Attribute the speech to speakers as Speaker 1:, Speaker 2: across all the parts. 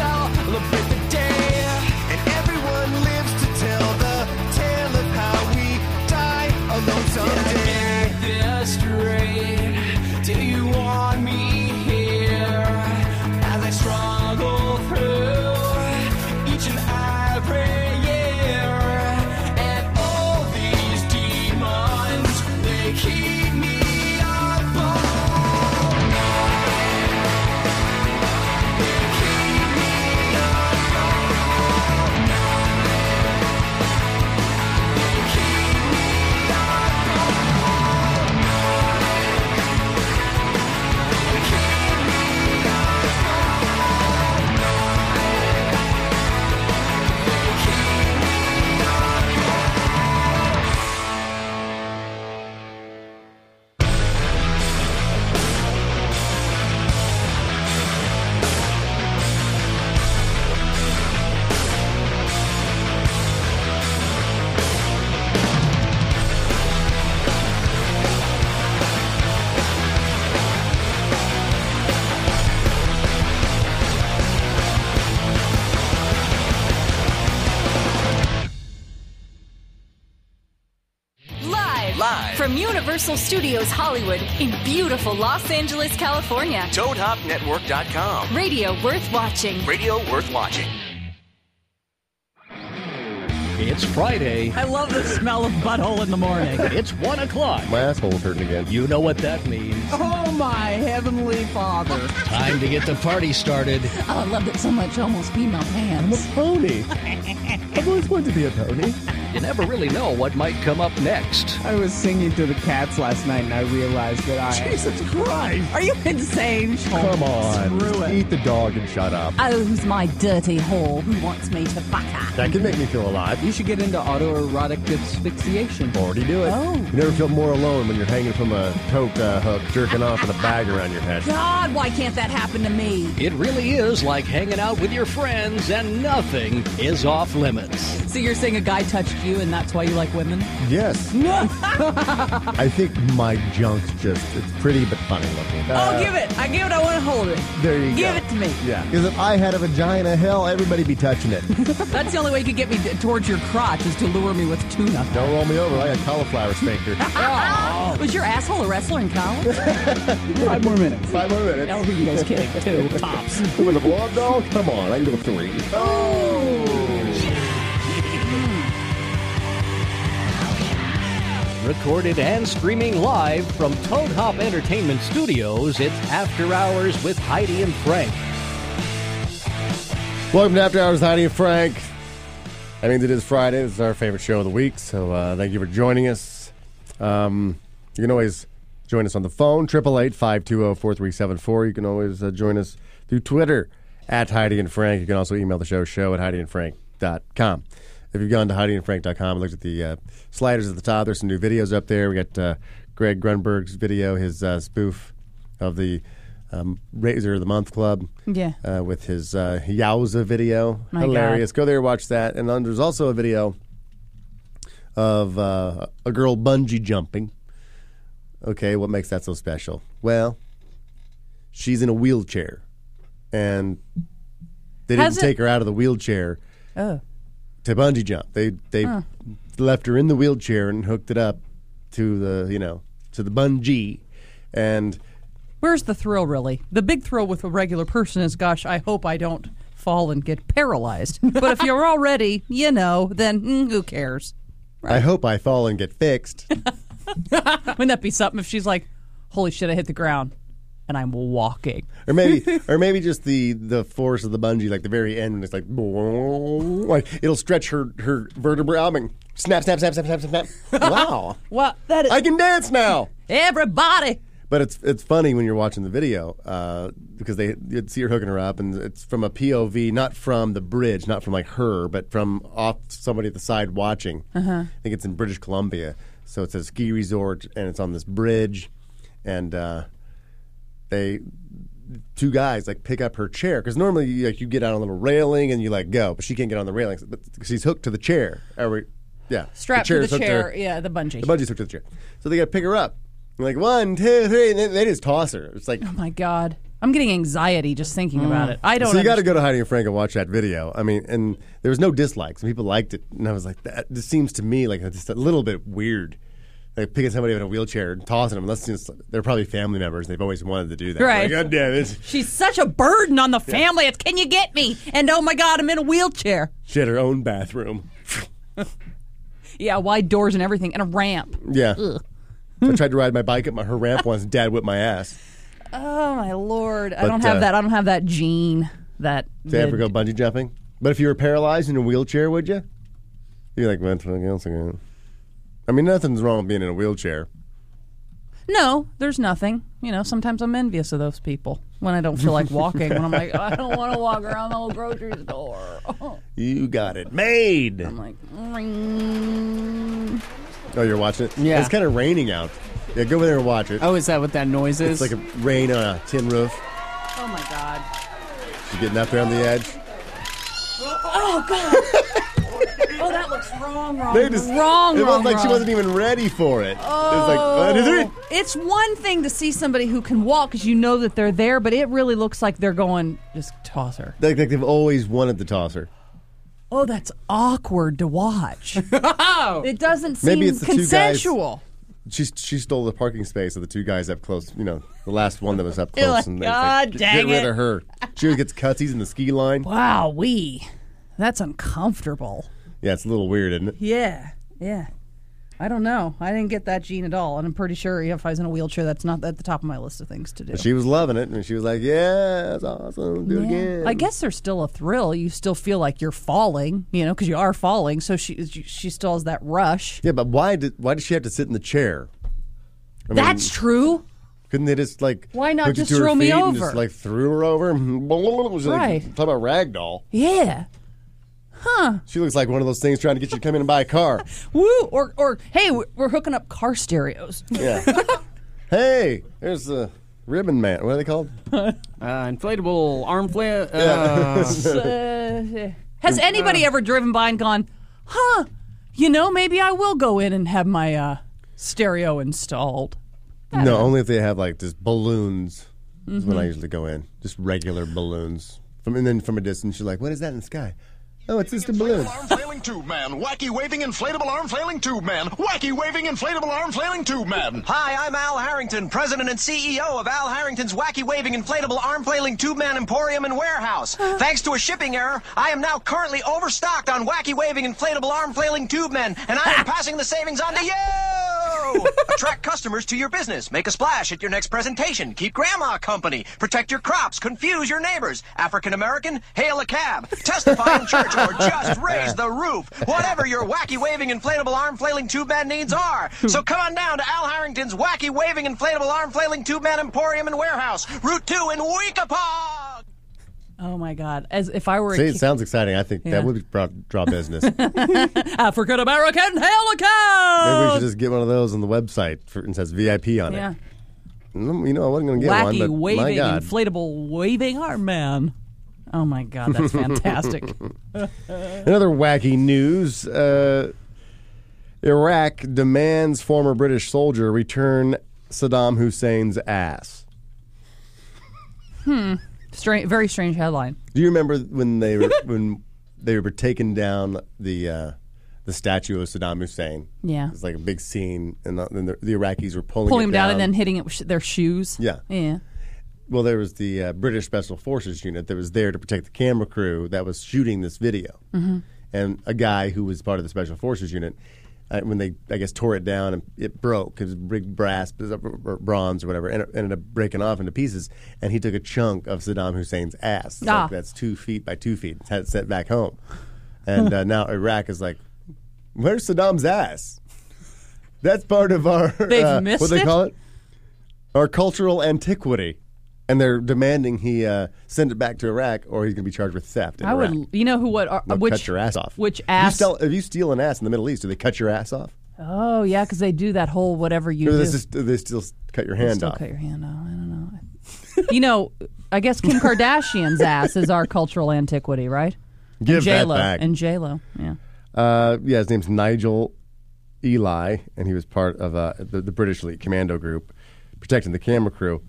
Speaker 1: celebrate the day. And everyone lives to tell the tale of how we die alone someday. this straight. Do you want me here? As I struggle through each and every year. And all these demons, they keep me up.
Speaker 2: Live,
Speaker 3: Live.
Speaker 2: from Universal Studios Hollywood in beautiful Los Angeles, California.
Speaker 3: ToadHopNetwork.com.
Speaker 2: Radio worth watching.
Speaker 3: Radio worth watching.
Speaker 4: It's Friday.
Speaker 5: I love the smell of butthole in the morning.
Speaker 4: It's one o'clock.
Speaker 6: My asshole's hurting again.
Speaker 4: You know what that means.
Speaker 5: oh my heavenly father.
Speaker 4: Time to get the party started.
Speaker 7: Oh, I loved it so much, I almost pee my
Speaker 6: I'm a
Speaker 7: pants.
Speaker 6: pony. I've always wanted to be a pony.
Speaker 4: You never really know what might come up next.
Speaker 5: I was singing to the cats last night and I realized that I
Speaker 6: Jesus Christ!
Speaker 5: Are you insane?
Speaker 6: Come on.
Speaker 5: Oh, Screw
Speaker 6: Just
Speaker 5: it.
Speaker 6: Eat the dog and shut up.
Speaker 7: Oh, who's my dirty whore who wants me to fuck her?
Speaker 6: That can make me feel alive.
Speaker 5: You should get into autoerotic asphyxiation.
Speaker 6: Already do it.
Speaker 7: Oh.
Speaker 6: You never feel more alone when you're hanging from a toke uh, hook, jerking off with a bag around your head.
Speaker 7: God, why can't that happen to me?
Speaker 4: It really is like hanging out with your friends and nothing is off limits.
Speaker 5: So you're saying a guy touched you and that's why you like women?
Speaker 6: Yes. I think my junk's just—it's pretty but funny looking.
Speaker 7: Oh,
Speaker 6: Uh,
Speaker 5: I'll give it. I give it. I want to hold it.
Speaker 6: There you
Speaker 5: Give
Speaker 6: go.
Speaker 5: it to me.
Speaker 6: Yeah. Because if I had a vagina, hell, everybody be touching it.
Speaker 5: That's the only way you could get me t- towards your crotch is to lure me with tuna.
Speaker 6: Don't roll me over like a cauliflower spanker.
Speaker 7: Was your asshole a wrestler in college?
Speaker 5: Five more minutes.
Speaker 6: Five more minutes.
Speaker 7: Oh, you guys kidding?
Speaker 5: Two tops.
Speaker 6: With a blonde doll? Come on, I can do a three. Oh.
Speaker 4: Recorded and streaming live from Toad Hop Entertainment Studios, it's After Hours with Heidi and Frank.
Speaker 6: Welcome to After Hours, with Heidi and Frank. That means it is Friday. This is our favorite show of the week, so uh, thank you for joining us. Um, you can always join us on the phone, 888-520-4374. You can always uh, join us through Twitter, at Heidi and Frank. You can also email the show, show at HeidiandFrank.com. If you've gone to HeidiandFrank.com and looked at the uh, sliders at the top, there's some new videos up there. We got uh, Greg Grunberg's video, his uh, spoof of the um, Razor of the Month Club.
Speaker 5: Yeah.
Speaker 6: Uh, with his uh, Yowza video.
Speaker 5: My
Speaker 6: Hilarious. Go there, watch that. And then there's also a video of uh, a girl bungee jumping. Okay, what makes that so special? Well, she's in a wheelchair. And they didn't
Speaker 5: Has it-
Speaker 6: take her out of the wheelchair to bungee jump. They they left her in the wheelchair and hooked it up to the, you know, to the bungee. And
Speaker 5: Where's the thrill, really? The big thrill with a regular person is, gosh, I hope I don't fall and get paralyzed. But if you're already, you know, then mm, who cares?
Speaker 6: I hope I fall and get fixed.
Speaker 5: Wouldn't that be something if she's like, holy shit, I hit the ground and I'm walking?
Speaker 6: or maybe or maybe just the the force of the bungee like the very end when it's like like it'll stretch her her vertebra out and snap snap snap snap snap snap wow
Speaker 5: Well, that is.
Speaker 6: i can dance now
Speaker 5: Everybody!
Speaker 6: but it's it's funny when you're watching the video uh, because they you'd see her hooking her up, and it's from a POV, not from the bridge, not from like her, but from off somebody at the side watching.
Speaker 5: Uh-huh.
Speaker 6: I think it's in British Columbia, so it's a ski resort, and it's on this bridge, and uh, they two guys like pick up her chair because normally you, like you get out on a little railing and you like go, but she can't get on the railing, but she's hooked to the chair. Or, we- yeah,
Speaker 5: Strapped to
Speaker 6: chair's
Speaker 5: the
Speaker 6: hooked to
Speaker 5: chair.
Speaker 6: her.
Speaker 5: Yeah, the bungee.
Speaker 6: The bungee hooked to the chair. So they got to pick her up. And like one, two, three, and then they just toss her. It's like,
Speaker 5: oh my God. I'm getting anxiety just thinking about it. I don't.
Speaker 6: Mm. So you got to
Speaker 5: understand-
Speaker 6: go to Heidi and Frank and watch that video. I mean, and there was no dislikes. and People liked it, and I was like, that this seems to me like just a little bit weird. Like picking somebody up in a wheelchair and tossing them. That's just, they're probably family members. They've always wanted to do that.
Speaker 5: Right.
Speaker 6: Like, God damn it.
Speaker 5: She's such a burden on the family. It's can you get me? And oh my God, I'm in a wheelchair.
Speaker 6: She had her own bathroom.
Speaker 5: Yeah, wide doors and everything, and a ramp.
Speaker 6: Yeah. So I tried to ride my bike up my, her ramp once. Dad whipped my ass.
Speaker 5: Oh my lord, I
Speaker 6: But,
Speaker 5: don't have
Speaker 6: uh,
Speaker 5: that. I don't have that gene. That
Speaker 6: Did I ever go
Speaker 5: the-
Speaker 6: bungee jumping? But if you were paralyzed in a wheelchair, would you? You're like, man, something else again. I mean, nothing's wrong with being in a wheelchair.
Speaker 5: No, there's nothing. You know, sometimes I'm envious of those people when I don't feel like walking. when I'm like, "Oh, I don't want to walk around the whole grocery store. Oh,
Speaker 6: You got it made.
Speaker 5: I'm like, "Mm." "Ring."
Speaker 6: Oh, you're watching it?
Speaker 4: Yeah.
Speaker 6: It's kind of raining out. Yeah, go over there and watch it.
Speaker 4: Oh, is that what that noise is?
Speaker 6: It's like a rain on a tin roof.
Speaker 5: oh my god.
Speaker 6: You're getting up there on the edge.
Speaker 5: Oh god. oh, that looks wrong, wrong,
Speaker 6: They just-
Speaker 5: wrong,
Speaker 6: It
Speaker 5: wrong,
Speaker 6: was like she
Speaker 5: wrong.
Speaker 6: wasn't even ready for it. It was like, what is it?
Speaker 5: It's one thing to see somebody who can walk because you know that they're there, but it really looks like they're going, just toss her.
Speaker 6: Like, like they've always wanted to toss her.
Speaker 5: Oh, that's awkward to watch. it doesn't seem
Speaker 6: Maybe it's the two guys-
Speaker 5: consensual.
Speaker 6: She, she stole the parking space of the two guys up close. You know, the last one that was up
Speaker 5: You're
Speaker 6: close.
Speaker 5: like,
Speaker 6: and they
Speaker 5: "God
Speaker 6: get,
Speaker 5: dang
Speaker 6: get rid
Speaker 5: it."
Speaker 6: of her. She always gets cutsies in the ski line.
Speaker 5: Wow, we. That's uncomfortable.
Speaker 6: Yeah, it's a little weird, isn't it?
Speaker 5: Yeah, yeah. I don't know. I didn't get that gene at all, and I'm pretty sure if I was in a wheelchair, that's not at the top of my list of things to do.
Speaker 6: She was loving it, and she was like, "Yeah, that's awesome. Do it again."
Speaker 5: I guess there's still a thrill. You still feel like you're falling, you know, because you are falling. So she she still has that rush.
Speaker 6: Yeah, but why did why did she have to sit in the chair? I mean,
Speaker 5: That's true.
Speaker 6: Couldn't they just like
Speaker 5: Why not
Speaker 6: hooked it
Speaker 5: just
Speaker 6: to her
Speaker 5: throw me
Speaker 6: feet and
Speaker 5: over?
Speaker 6: just like threw her over? She, like,
Speaker 5: Right.
Speaker 6: Talk about ragdoll.
Speaker 5: Yeah.
Speaker 6: She looks like one of those things trying to get you to come in and buy a car.
Speaker 5: Woo. Or or hey, we're we're hooking up car stereos.
Speaker 6: Yeah. hey, there's the ribbon man. What are they called?
Speaker 4: uh, inflatable arm fla- uh,
Speaker 5: Has anybody ever driven by and gone, huh? You know, maybe I will go in and have my uh, stereo installed.
Speaker 6: No, only if they have like just balloons. Is
Speaker 5: Mm-hmm.
Speaker 6: when I usually go in, just regular balloons. From and then from a distance, you're like, "What is that in the sky?" Oh, it's just a balloon.
Speaker 8: Arm flailing tube man, wacky waving inflatable arm flailing tube man, wacky waving inflatable arm flailing tube man.
Speaker 9: Hi, I'm Al Harrington, president and CEO of Al Harrington's Wacky Waving Inflatable Arm Flailing Tube Man Emporium and Warehouse. Thanks to a shipping error, I am now currently overstocked on Wacky Waving Inflatable Arm Flailing Tube Men, and I am passing the savings on to you! Attract customers to your business. Make a splash at your next presentation. Keep grandma company. Protect your crops. Confuse your neighbors. African American, hail a cab. Testify in church or just raise the roof. Whatever your wacky waving inflatable arm flailing tube man needs are. So come on down to Al Harrington's wacky waving inflatable arm flailing tube man emporium and warehouse. Route 2 in Weekapog.
Speaker 5: Oh my God! As if I were
Speaker 6: See,
Speaker 5: a
Speaker 6: it
Speaker 5: kid.
Speaker 6: sounds exciting. I think
Speaker 5: Yeah.
Speaker 6: that would draw, draw business. Maybe
Speaker 5: African American
Speaker 6: we should
Speaker 5: helicopter.
Speaker 6: just get one of those on the website for, and says VIP on
Speaker 5: Yeah.
Speaker 6: it. Mm, You know, I wasn't going to get
Speaker 5: Wacky
Speaker 6: one, but my
Speaker 5: waving
Speaker 6: God,
Speaker 5: inflatable waving arm man. Oh my God, that's fantastic.
Speaker 6: another wacky news. Uh, Iraq demands former British soldier return Saddam Hussein's ass.
Speaker 5: Stra- very strange headline.
Speaker 6: Do you remember when they were when they were taking down the uh, the statue of Saddam Hussein?
Speaker 5: Yeah.
Speaker 6: it's like a big scene, and the, and the, the Iraqis were pulling
Speaker 5: Pulling
Speaker 6: it
Speaker 5: them down, and then hitting it with sh- their shoes.
Speaker 6: Yeah.
Speaker 5: Yeah.
Speaker 6: Well, there was the uh, British Special Forces unit that was there to protect the camera crew that was shooting this video, mm-hmm. and a guy who was part of the Special Forces unit. Uh, when they, I guess, tore it down and it broke, it was big brass, it was, uh, or bronze or whatever, and it ended up breaking off into pieces. And he took a chunk of Saddam Hussein's ass. It's like,
Speaker 5: Ah.
Speaker 6: that's two feet by two feet. It's had it sent back home, and uh, now Iraq is like, "Where's Saddam's ass?" That's part of our
Speaker 5: They've
Speaker 6: uh,
Speaker 5: missed
Speaker 6: what they
Speaker 5: it?
Speaker 6: call it, our cultural antiquity, and they're demanding he uh, send it back to Iraq, or he's going to be charged with theft. In
Speaker 5: I
Speaker 6: Iraq.
Speaker 5: would. You know who? What? Uh,
Speaker 6: They'll
Speaker 5: which
Speaker 6: cut your ass off.
Speaker 5: Which
Speaker 6: If you
Speaker 5: ass?
Speaker 6: steal- if you steal an ass in the Middle East, do they cut your ass off?
Speaker 5: oh yeah, because they do that whole whatever you
Speaker 6: Or
Speaker 5: do.
Speaker 6: they, just, they still cut your hand
Speaker 5: Still
Speaker 6: off?
Speaker 5: cut your hand off. I don't know. you know, I guess Kim Kardashian's ass is our cultural antiquity, right?
Speaker 6: Give that
Speaker 5: J-Lo.
Speaker 6: back.
Speaker 5: And J Lo. Yeah.
Speaker 6: Uh, yeah, his name's Nigel Eli, and he was part of uh, the, the British Elite Commando Group, protecting the camera crew.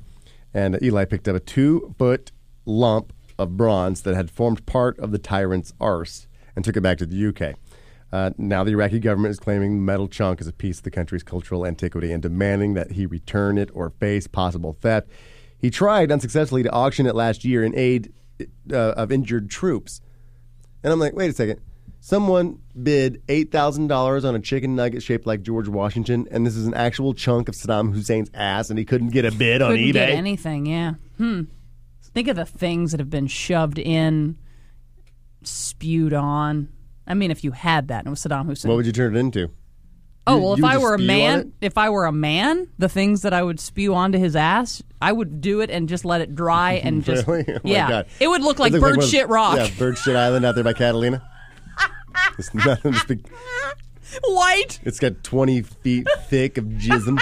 Speaker 6: and Eli picked up a two foot lump of bronze that had formed part of the tyrant's arse and took it back to the UK. Uh, now, the Iraqi government is claiming the metal chunk is a piece of the country's cultural antiquity and demanding that he return it or face possible theft. He tried unsuccessfully to auction it last year in aid uh, of injured troops. And I'm like, wait a second. Someone bid $8,000 on a chicken nugget shaped like George Washington, and this is an actual chunk of Saddam Hussein's ass, and he couldn't get a bid on
Speaker 5: Couldn't
Speaker 6: eBay.
Speaker 5: get anything. Yeah. Hmm. Think of the things that have been shoved in, spewed on. I mean, if you had that and it was Saddam Hussein.
Speaker 6: what would you turn it into?
Speaker 5: oh
Speaker 6: you-
Speaker 5: well,
Speaker 6: you
Speaker 5: if I
Speaker 6: just
Speaker 5: were a
Speaker 6: spew on it?
Speaker 5: man, if I were a man, the things that I would spew onto his ass, I would do it and just let it dry and just
Speaker 6: Really? Oh my
Speaker 5: yeah,
Speaker 6: God.
Speaker 5: it would look like
Speaker 6: It looks
Speaker 5: bird
Speaker 6: one of-
Speaker 5: shit rock.
Speaker 6: Yeah, bird shit island out there by Catalina. It's nothing. It's, big-
Speaker 5: White.
Speaker 6: it's got 20 feet thick of jism.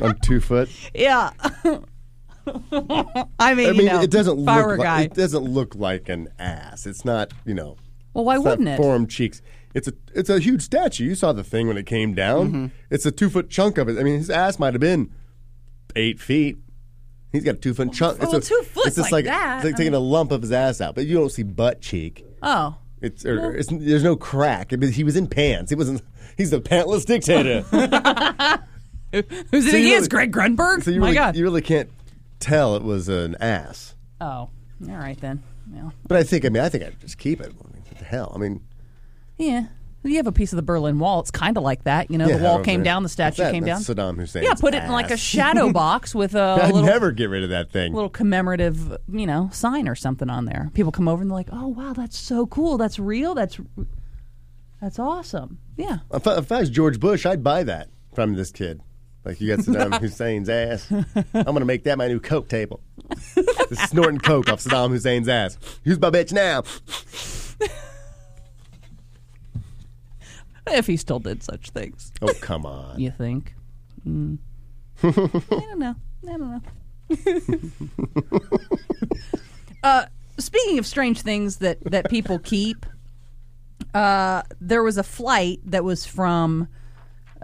Speaker 6: I'm two foot.
Speaker 5: Yeah. I mean,
Speaker 6: I
Speaker 5: you
Speaker 6: mean,
Speaker 5: know,
Speaker 6: it doesn't
Speaker 5: if I were
Speaker 6: look like,
Speaker 5: a guy.
Speaker 6: it doesn't look like an ass. It's not, you know.
Speaker 5: Well, why
Speaker 6: it's not
Speaker 5: wouldn't it?
Speaker 6: Formed cheeks. It's a it's a huge statue. You saw the thing when it came down.
Speaker 5: Mm-hmm.
Speaker 6: It's a two foot chunk of it. I mean, his ass might have been eight feet. He's got a two foot chunk.
Speaker 5: well,
Speaker 6: a,
Speaker 5: two foot's
Speaker 6: It's just like,
Speaker 5: like that.
Speaker 6: It's like taking a lump of his ass out, but you don't see butt cheek.
Speaker 5: oh,
Speaker 6: It's, or, it's there's no crack. I mean, he was in pants. He wasn't. He's the pantless dictator.
Speaker 5: Oh who's it?
Speaker 6: you
Speaker 5: He
Speaker 6: really-
Speaker 5: is Greg Grunberg.
Speaker 6: so you
Speaker 5: My
Speaker 6: really,
Speaker 5: God.
Speaker 6: you really can't tell it was an ass.
Speaker 5: oh, all right then. Yeah.
Speaker 6: But I think I mean I think I'd just keep it. I mean, what the hell? I mean,
Speaker 5: Yeah. You have a piece of the Berlin Wall. It's kind of like that. You know,
Speaker 6: yeah,
Speaker 5: the
Speaker 6: I
Speaker 5: wall
Speaker 6: don't
Speaker 5: came
Speaker 6: know.
Speaker 5: down, the
Speaker 6: What's
Speaker 5: statue
Speaker 6: that?
Speaker 5: came down.
Speaker 6: That's Saddam Hussein.
Speaker 5: yeah, put it in like a shadow box with a
Speaker 6: I'd
Speaker 5: little,
Speaker 6: never get rid of that thing.
Speaker 5: little commemorative, you know, sign or something on there. People come over and they're like, "Oh wow, that's so cool. That's real. That's that's awesome." Yeah.
Speaker 6: If I, if I was George Bush, I'd buy that from this kid. Like you got Saddam Hussein's ass. I'm gonna make that my new coke table. Just snorting coke off Saddam Hussein's ass. Who's my bitch now?
Speaker 5: If he still did such things,
Speaker 6: Oh come on.
Speaker 5: you think? Mm. I don't know. I don't know. uh, speaking of strange things that that people keep, uh, there was a flight that was from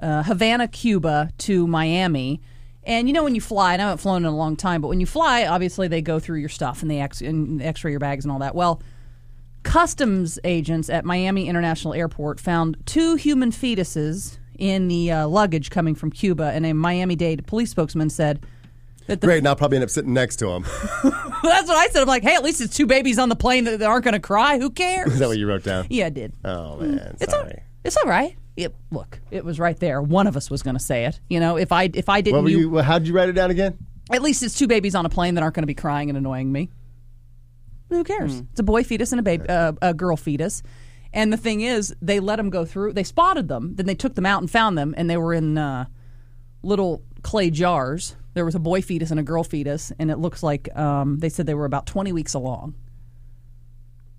Speaker 5: uh, Havana, Cuba to Miami. And you know when you fly, and I haven't flown in a long time, but when you fly, obviously they go through your stuff and they ex- and X-ray your bags and all that. Well, customs agents at Miami International Airport found two human fetuses in the uh, luggage coming from Cuba, and a Miami-Dade police spokesman said that the
Speaker 6: Great, and I'll probably end up sitting next to him.
Speaker 5: well, that's what I said. I'm like, hey, at least it's two babies on the plane that, that aren't going to cry. Who cares?
Speaker 6: Is that what you wrote down?
Speaker 5: yeah, I did.
Speaker 6: Oh man,
Speaker 5: it's all,
Speaker 6: sorry.
Speaker 5: it's all right. It, look, it was right there. One of us was going to say it. You know, if I if I didn't,
Speaker 6: What were
Speaker 5: you-
Speaker 6: you? well, How'd you write it down again?
Speaker 5: at least it's two babies on a plane that aren't going to be crying and annoying me. Who
Speaker 6: Hmm.
Speaker 5: cares? It's a boy fetus and a baby, uh, a girl fetus. And the thing is, they let them go through. They spotted them, then they took them out and found them, and they were in uh, little clay jars. There was a boy fetus and a girl fetus, and it looks like um, they said they were about twenty weeks along.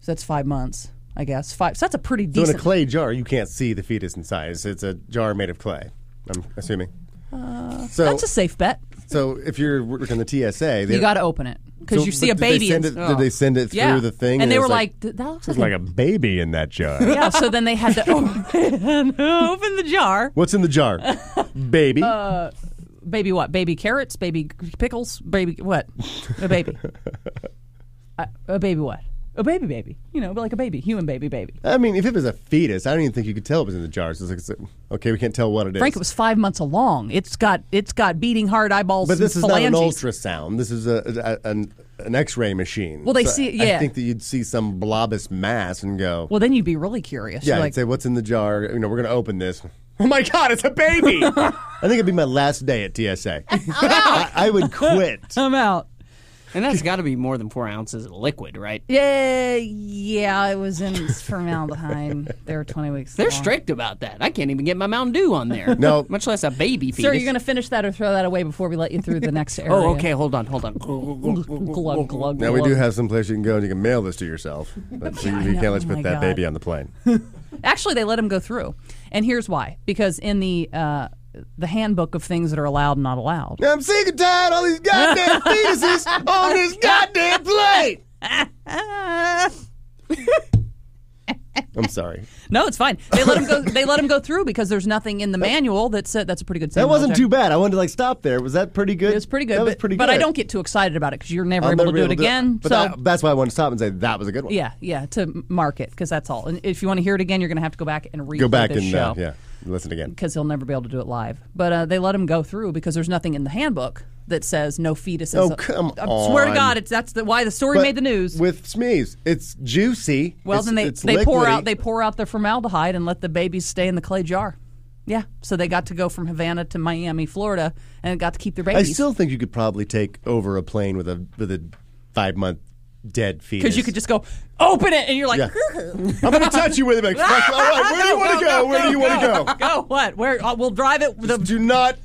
Speaker 5: So that's five months, I guess. Five. So that's a pretty
Speaker 6: So in a
Speaker 5: decent.
Speaker 6: clay jar, you can't see the fetus inside. It's, it's a jar made of clay. I'm assuming. so
Speaker 5: that's a safe bet.
Speaker 6: so if you're working the TSA, they,
Speaker 5: Uh, You got to open it because
Speaker 6: So,
Speaker 5: you see a
Speaker 6: but did they
Speaker 5: baby.
Speaker 6: send
Speaker 5: and-
Speaker 6: it- did they send it
Speaker 5: yeah.
Speaker 6: through the thing?
Speaker 5: And, they
Speaker 6: it
Speaker 5: were
Speaker 6: was
Speaker 5: like, "Th- "That looks
Speaker 6: There's
Speaker 5: like a
Speaker 6: like a baby in that jar.
Speaker 5: yeah, so then they had to open, open the jar.
Speaker 6: What's in the jar? baby.
Speaker 5: Uh, Baby what? Baby carrots? Baby pickles? Baby what? A baby. a, a baby what? A baby baby. You know, like a baby, human baby baby.
Speaker 6: I mean, if it was a fetus, I don't even think you could tell it was in the jar. So it's like, okay, we can't tell what it is.
Speaker 5: Frank, it was five months along. It's got it's got beating heart eyeballs.
Speaker 6: but
Speaker 5: and
Speaker 6: this is not an
Speaker 5: phalanges.
Speaker 6: ultrasound. This is a, a- an, an X-ray machine.
Speaker 5: Well, they
Speaker 6: So
Speaker 5: see-
Speaker 6: I-
Speaker 5: yeah.
Speaker 6: I think that you'd see some blobus mass and go.
Speaker 5: Well, then you'd be really curious.
Speaker 6: yeah,
Speaker 5: You're
Speaker 6: I'd
Speaker 5: like,
Speaker 6: say what's in the jar. You know, we're gonna open this. Oh my God, it's a baby! I think it'd be my last day at TSA. I, I would quit.
Speaker 5: I'm out.
Speaker 4: And that's got to be more than four ounces of liquid, right?
Speaker 5: Yeah, yeah. It was in formaldehyde. they were twenty weeks.
Speaker 4: They're
Speaker 5: long.
Speaker 4: strict about that. I can't even get my Mountain Dew on there.
Speaker 6: No.
Speaker 4: much less a baby fetus.
Speaker 5: Sir, you're going to finish that or throw that away before we let you through the next area.
Speaker 4: Oh, okay. Hold on. Hold
Speaker 6: Oh.
Speaker 4: on.
Speaker 5: Glug glug.
Speaker 6: Now we
Speaker 5: glug.
Speaker 6: do have some place you can go and you can mail this to yourself. But you, you
Speaker 5: know,
Speaker 6: can't let us
Speaker 5: oh
Speaker 6: put
Speaker 5: my
Speaker 6: that
Speaker 5: God.
Speaker 6: baby on the plane.
Speaker 5: Actually, they let him go through, and here's why: because in the uh, the handbook of things that are allowed and not allowed,
Speaker 6: I'm sick and tired of all these goddamn fetuses on this goddamn plane. I'm sorry.
Speaker 5: No, it's fine. They let him go. They let him go through because there's nothing in the manual that said that's a pretty good.
Speaker 10: That
Speaker 5: seatbelt
Speaker 10: wasn't
Speaker 5: check.
Speaker 10: too bad. I wanted to like stop there. Was that pretty good?
Speaker 5: It was pretty good.
Speaker 10: That
Speaker 5: but,
Speaker 10: was pretty
Speaker 5: but
Speaker 10: good.
Speaker 5: I don't get too excited about it because you're never
Speaker 10: I'll
Speaker 5: able to do
Speaker 10: never
Speaker 5: it
Speaker 10: be able
Speaker 5: again.
Speaker 10: But
Speaker 5: so
Speaker 10: that- that's why I wanted to stop and say that was a good one.
Speaker 5: yeah, yeah, to mark it because that's all. And if you want to hear it again, you're going to have to go back and read.
Speaker 6: Go back
Speaker 5: this
Speaker 6: and
Speaker 5: show
Speaker 6: uh, yeah, listen again.
Speaker 5: because he'll never be able to do it live. But uh, they let him go through because there's nothing in the handbook that says no fetuses.
Speaker 6: Oh, come
Speaker 5: I swear to
Speaker 6: on.
Speaker 5: God, it's that's the, why the story
Speaker 6: But
Speaker 5: made the news.
Speaker 6: with smees. It's juicy.
Speaker 5: Well,
Speaker 6: It's-
Speaker 5: then they
Speaker 6: it's
Speaker 5: they pour
Speaker 6: liquidy.
Speaker 5: out they pour out the formaldehyde and let the babies stay in the clay jar. Yeah, so they got to go from Havana to Miami, Florida, and got to keep their
Speaker 10: I
Speaker 5: babies.
Speaker 10: still think you could probably take over a plane with a with a five month dead fetus.
Speaker 5: because you could just go open it and you're like,
Speaker 10: Yeah. I'm gonna touch you with it. Like, fuck, all right, where do you
Speaker 5: Go,
Speaker 10: want to go? Where do you want to go?
Speaker 5: Go what? Where? Uh, we'll drive it. The,
Speaker 10: Do not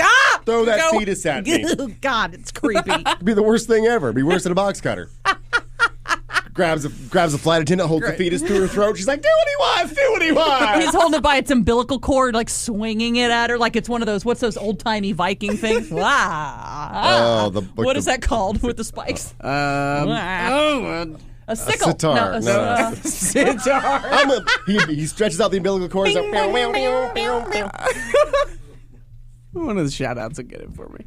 Speaker 5: ah,
Speaker 10: throw that
Speaker 5: go.
Speaker 10: fetus at me. It'd
Speaker 5: God, it's creepy.
Speaker 10: be the worst thing ever. It'd be worse than a box cutter. grabs a grabs a flight attendant, holds the fetus to her throat. She's like, do what he wants, do what he wants.
Speaker 5: He's holding it by its umbilical cord, like swinging it at her, like it's one of those what's those old timey Viking things? Ah,
Speaker 10: Oh, the-
Speaker 5: what
Speaker 10: the-
Speaker 5: is that called with the spikes?
Speaker 4: Um, oh, uh,
Speaker 5: a sickle.
Speaker 6: sitar.
Speaker 5: No, a,
Speaker 6: No,
Speaker 5: uh,
Speaker 4: sitar.
Speaker 10: I'm a, he, he stretches out the umbilical cord. He's like, "Meow, meow, meow."
Speaker 4: One of the shout outs will get it for me.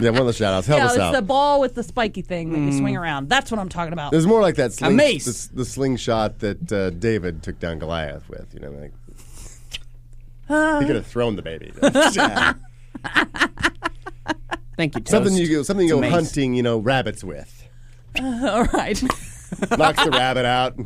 Speaker 6: Yeah, one of the shout outs. Help
Speaker 5: no,
Speaker 6: us
Speaker 5: it's
Speaker 6: out. Hmm.
Speaker 5: the ball with the spiky thing that you swing around. That's what I'm talking about.
Speaker 6: There's more like that sling,
Speaker 4: mace.
Speaker 6: The, s- the slingshot that uh, David took down Goliath with. You know, like he
Speaker 5: Uh.
Speaker 6: could have thrown the baby.
Speaker 4: Thank you, Toast.
Speaker 6: something you go, something you
Speaker 4: It's a
Speaker 6: go
Speaker 4: mace.
Speaker 6: hunting. You know, rabbits with
Speaker 5: All right.
Speaker 6: knocks the rabbit out.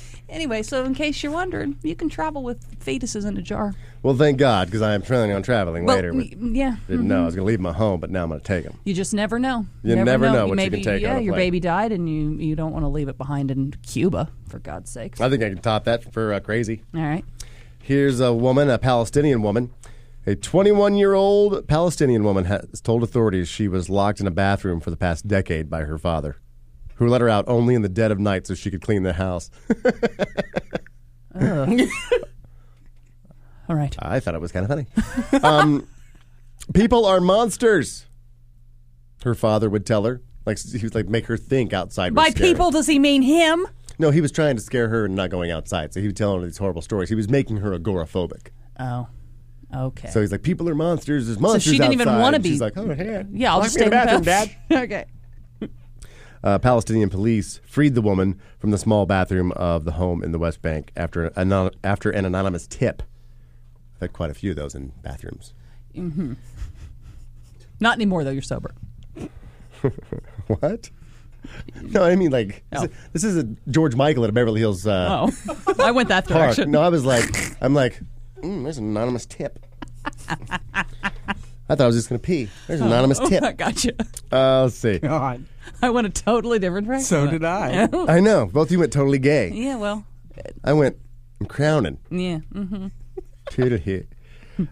Speaker 5: anyway, so in case you're wondering, you can travel with fetuses in a jar.
Speaker 6: well, thank God, because I am planning on traveling
Speaker 5: Well, mm-hmm.
Speaker 6: later. But
Speaker 5: y- yeah.
Speaker 6: didn't know I was going to leave my home, but now I'm going to take him.
Speaker 5: You just never know.
Speaker 6: You never know what you
Speaker 5: maybe,
Speaker 6: can take
Speaker 5: Yeah,
Speaker 6: on a
Speaker 5: your
Speaker 6: plane.
Speaker 5: baby died, and you you don't want to leave it behind in Cuba, for God's sakes.
Speaker 6: I think I can top that for uh, crazy.
Speaker 5: All right.
Speaker 6: Here's a woman, a Palestinian woman. A 21 year old Palestinian woman has told authorities she was locked in a bathroom for the past decade by her father, who let her out only in the dead of night so she could clean the house.
Speaker 5: All right.
Speaker 6: I thought it was kind of funny. um, people are monsters, her father would tell her. Like he was like make her think outside. was
Speaker 5: By
Speaker 6: scary.
Speaker 5: people, does he mean him?
Speaker 6: No, he was trying to scare her and not going outside. So he would tell her these horrible stories. He was making her agoraphobic.
Speaker 5: Oh, okay.
Speaker 6: So he's like, people are monsters. There's monsters
Speaker 5: she didn't even
Speaker 6: outside."
Speaker 5: wanna
Speaker 6: And She's
Speaker 5: be-
Speaker 6: like, oh, hey,
Speaker 5: yeah, I'll
Speaker 6: lock
Speaker 5: just
Speaker 6: me
Speaker 5: stay
Speaker 6: in the bathroom, Dad.
Speaker 5: bath- okay.
Speaker 6: Uh, Palestinian police freed the woman from the small bathroom of the home in the West Bank after an, anon- after an anonymous tip. I've had quite a few of those in bathrooms.
Speaker 5: Not anymore though. You're sober.
Speaker 6: What? No, I mean like this is- this is a George Michael at a Beverly Hills uh,
Speaker 5: Oh, I went that
Speaker 6: park.
Speaker 5: direction.
Speaker 6: No, I was like, I'm like, mm, there's an anonymous tip. I thought I was just gonna pee. There's an anonymous tip.
Speaker 5: I gotcha.
Speaker 6: Uh, let's see.
Speaker 4: God.
Speaker 5: I went a totally different direction.
Speaker 4: So did I.
Speaker 6: I know both of you went totally gay.
Speaker 5: yeah. Well.
Speaker 6: I went, I'm crowning.
Speaker 5: Yeah. Mm.
Speaker 6: Toodle hit.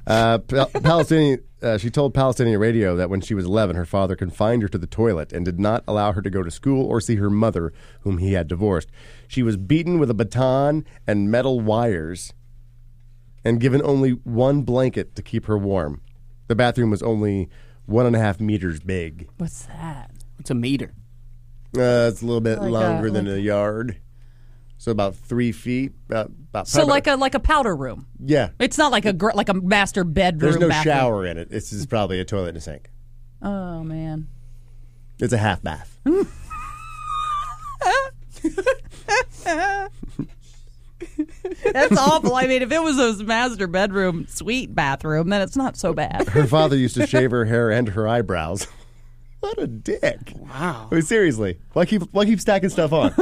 Speaker 6: Uh, Pal- Palestinian. Uh, she told Palestinian radio that when she was 11, her father confined her to the toilet and did not allow her to go to school or see her mother, whom he had divorced. She was beaten with a baton and metal wires, and given only one blanket to keep her warm. The bathroom was only one and a half meters big.
Speaker 5: What's that?
Speaker 4: It's a meter.
Speaker 6: Uh, it's a little bit
Speaker 5: Like a-
Speaker 6: longer than
Speaker 5: like-
Speaker 6: a yard, so about three feet. About, about
Speaker 5: So
Speaker 6: probably
Speaker 5: like
Speaker 6: about-
Speaker 5: a like a powder room.
Speaker 6: yeah.
Speaker 5: It's not like a gr- like a master bedroom.
Speaker 6: There's no
Speaker 5: bathroom.
Speaker 6: shower in it. It's just probably a toilet and a sink.
Speaker 5: Oh man.
Speaker 6: It's a half bath.
Speaker 5: That's awful. I mean, if it was a master bedroom, suite bathroom, then it's not so bad.
Speaker 6: Her father used to shave her hair and her eyebrows. what a dick! Wow. I mean, seriously, why keep why keep stacking stuff on?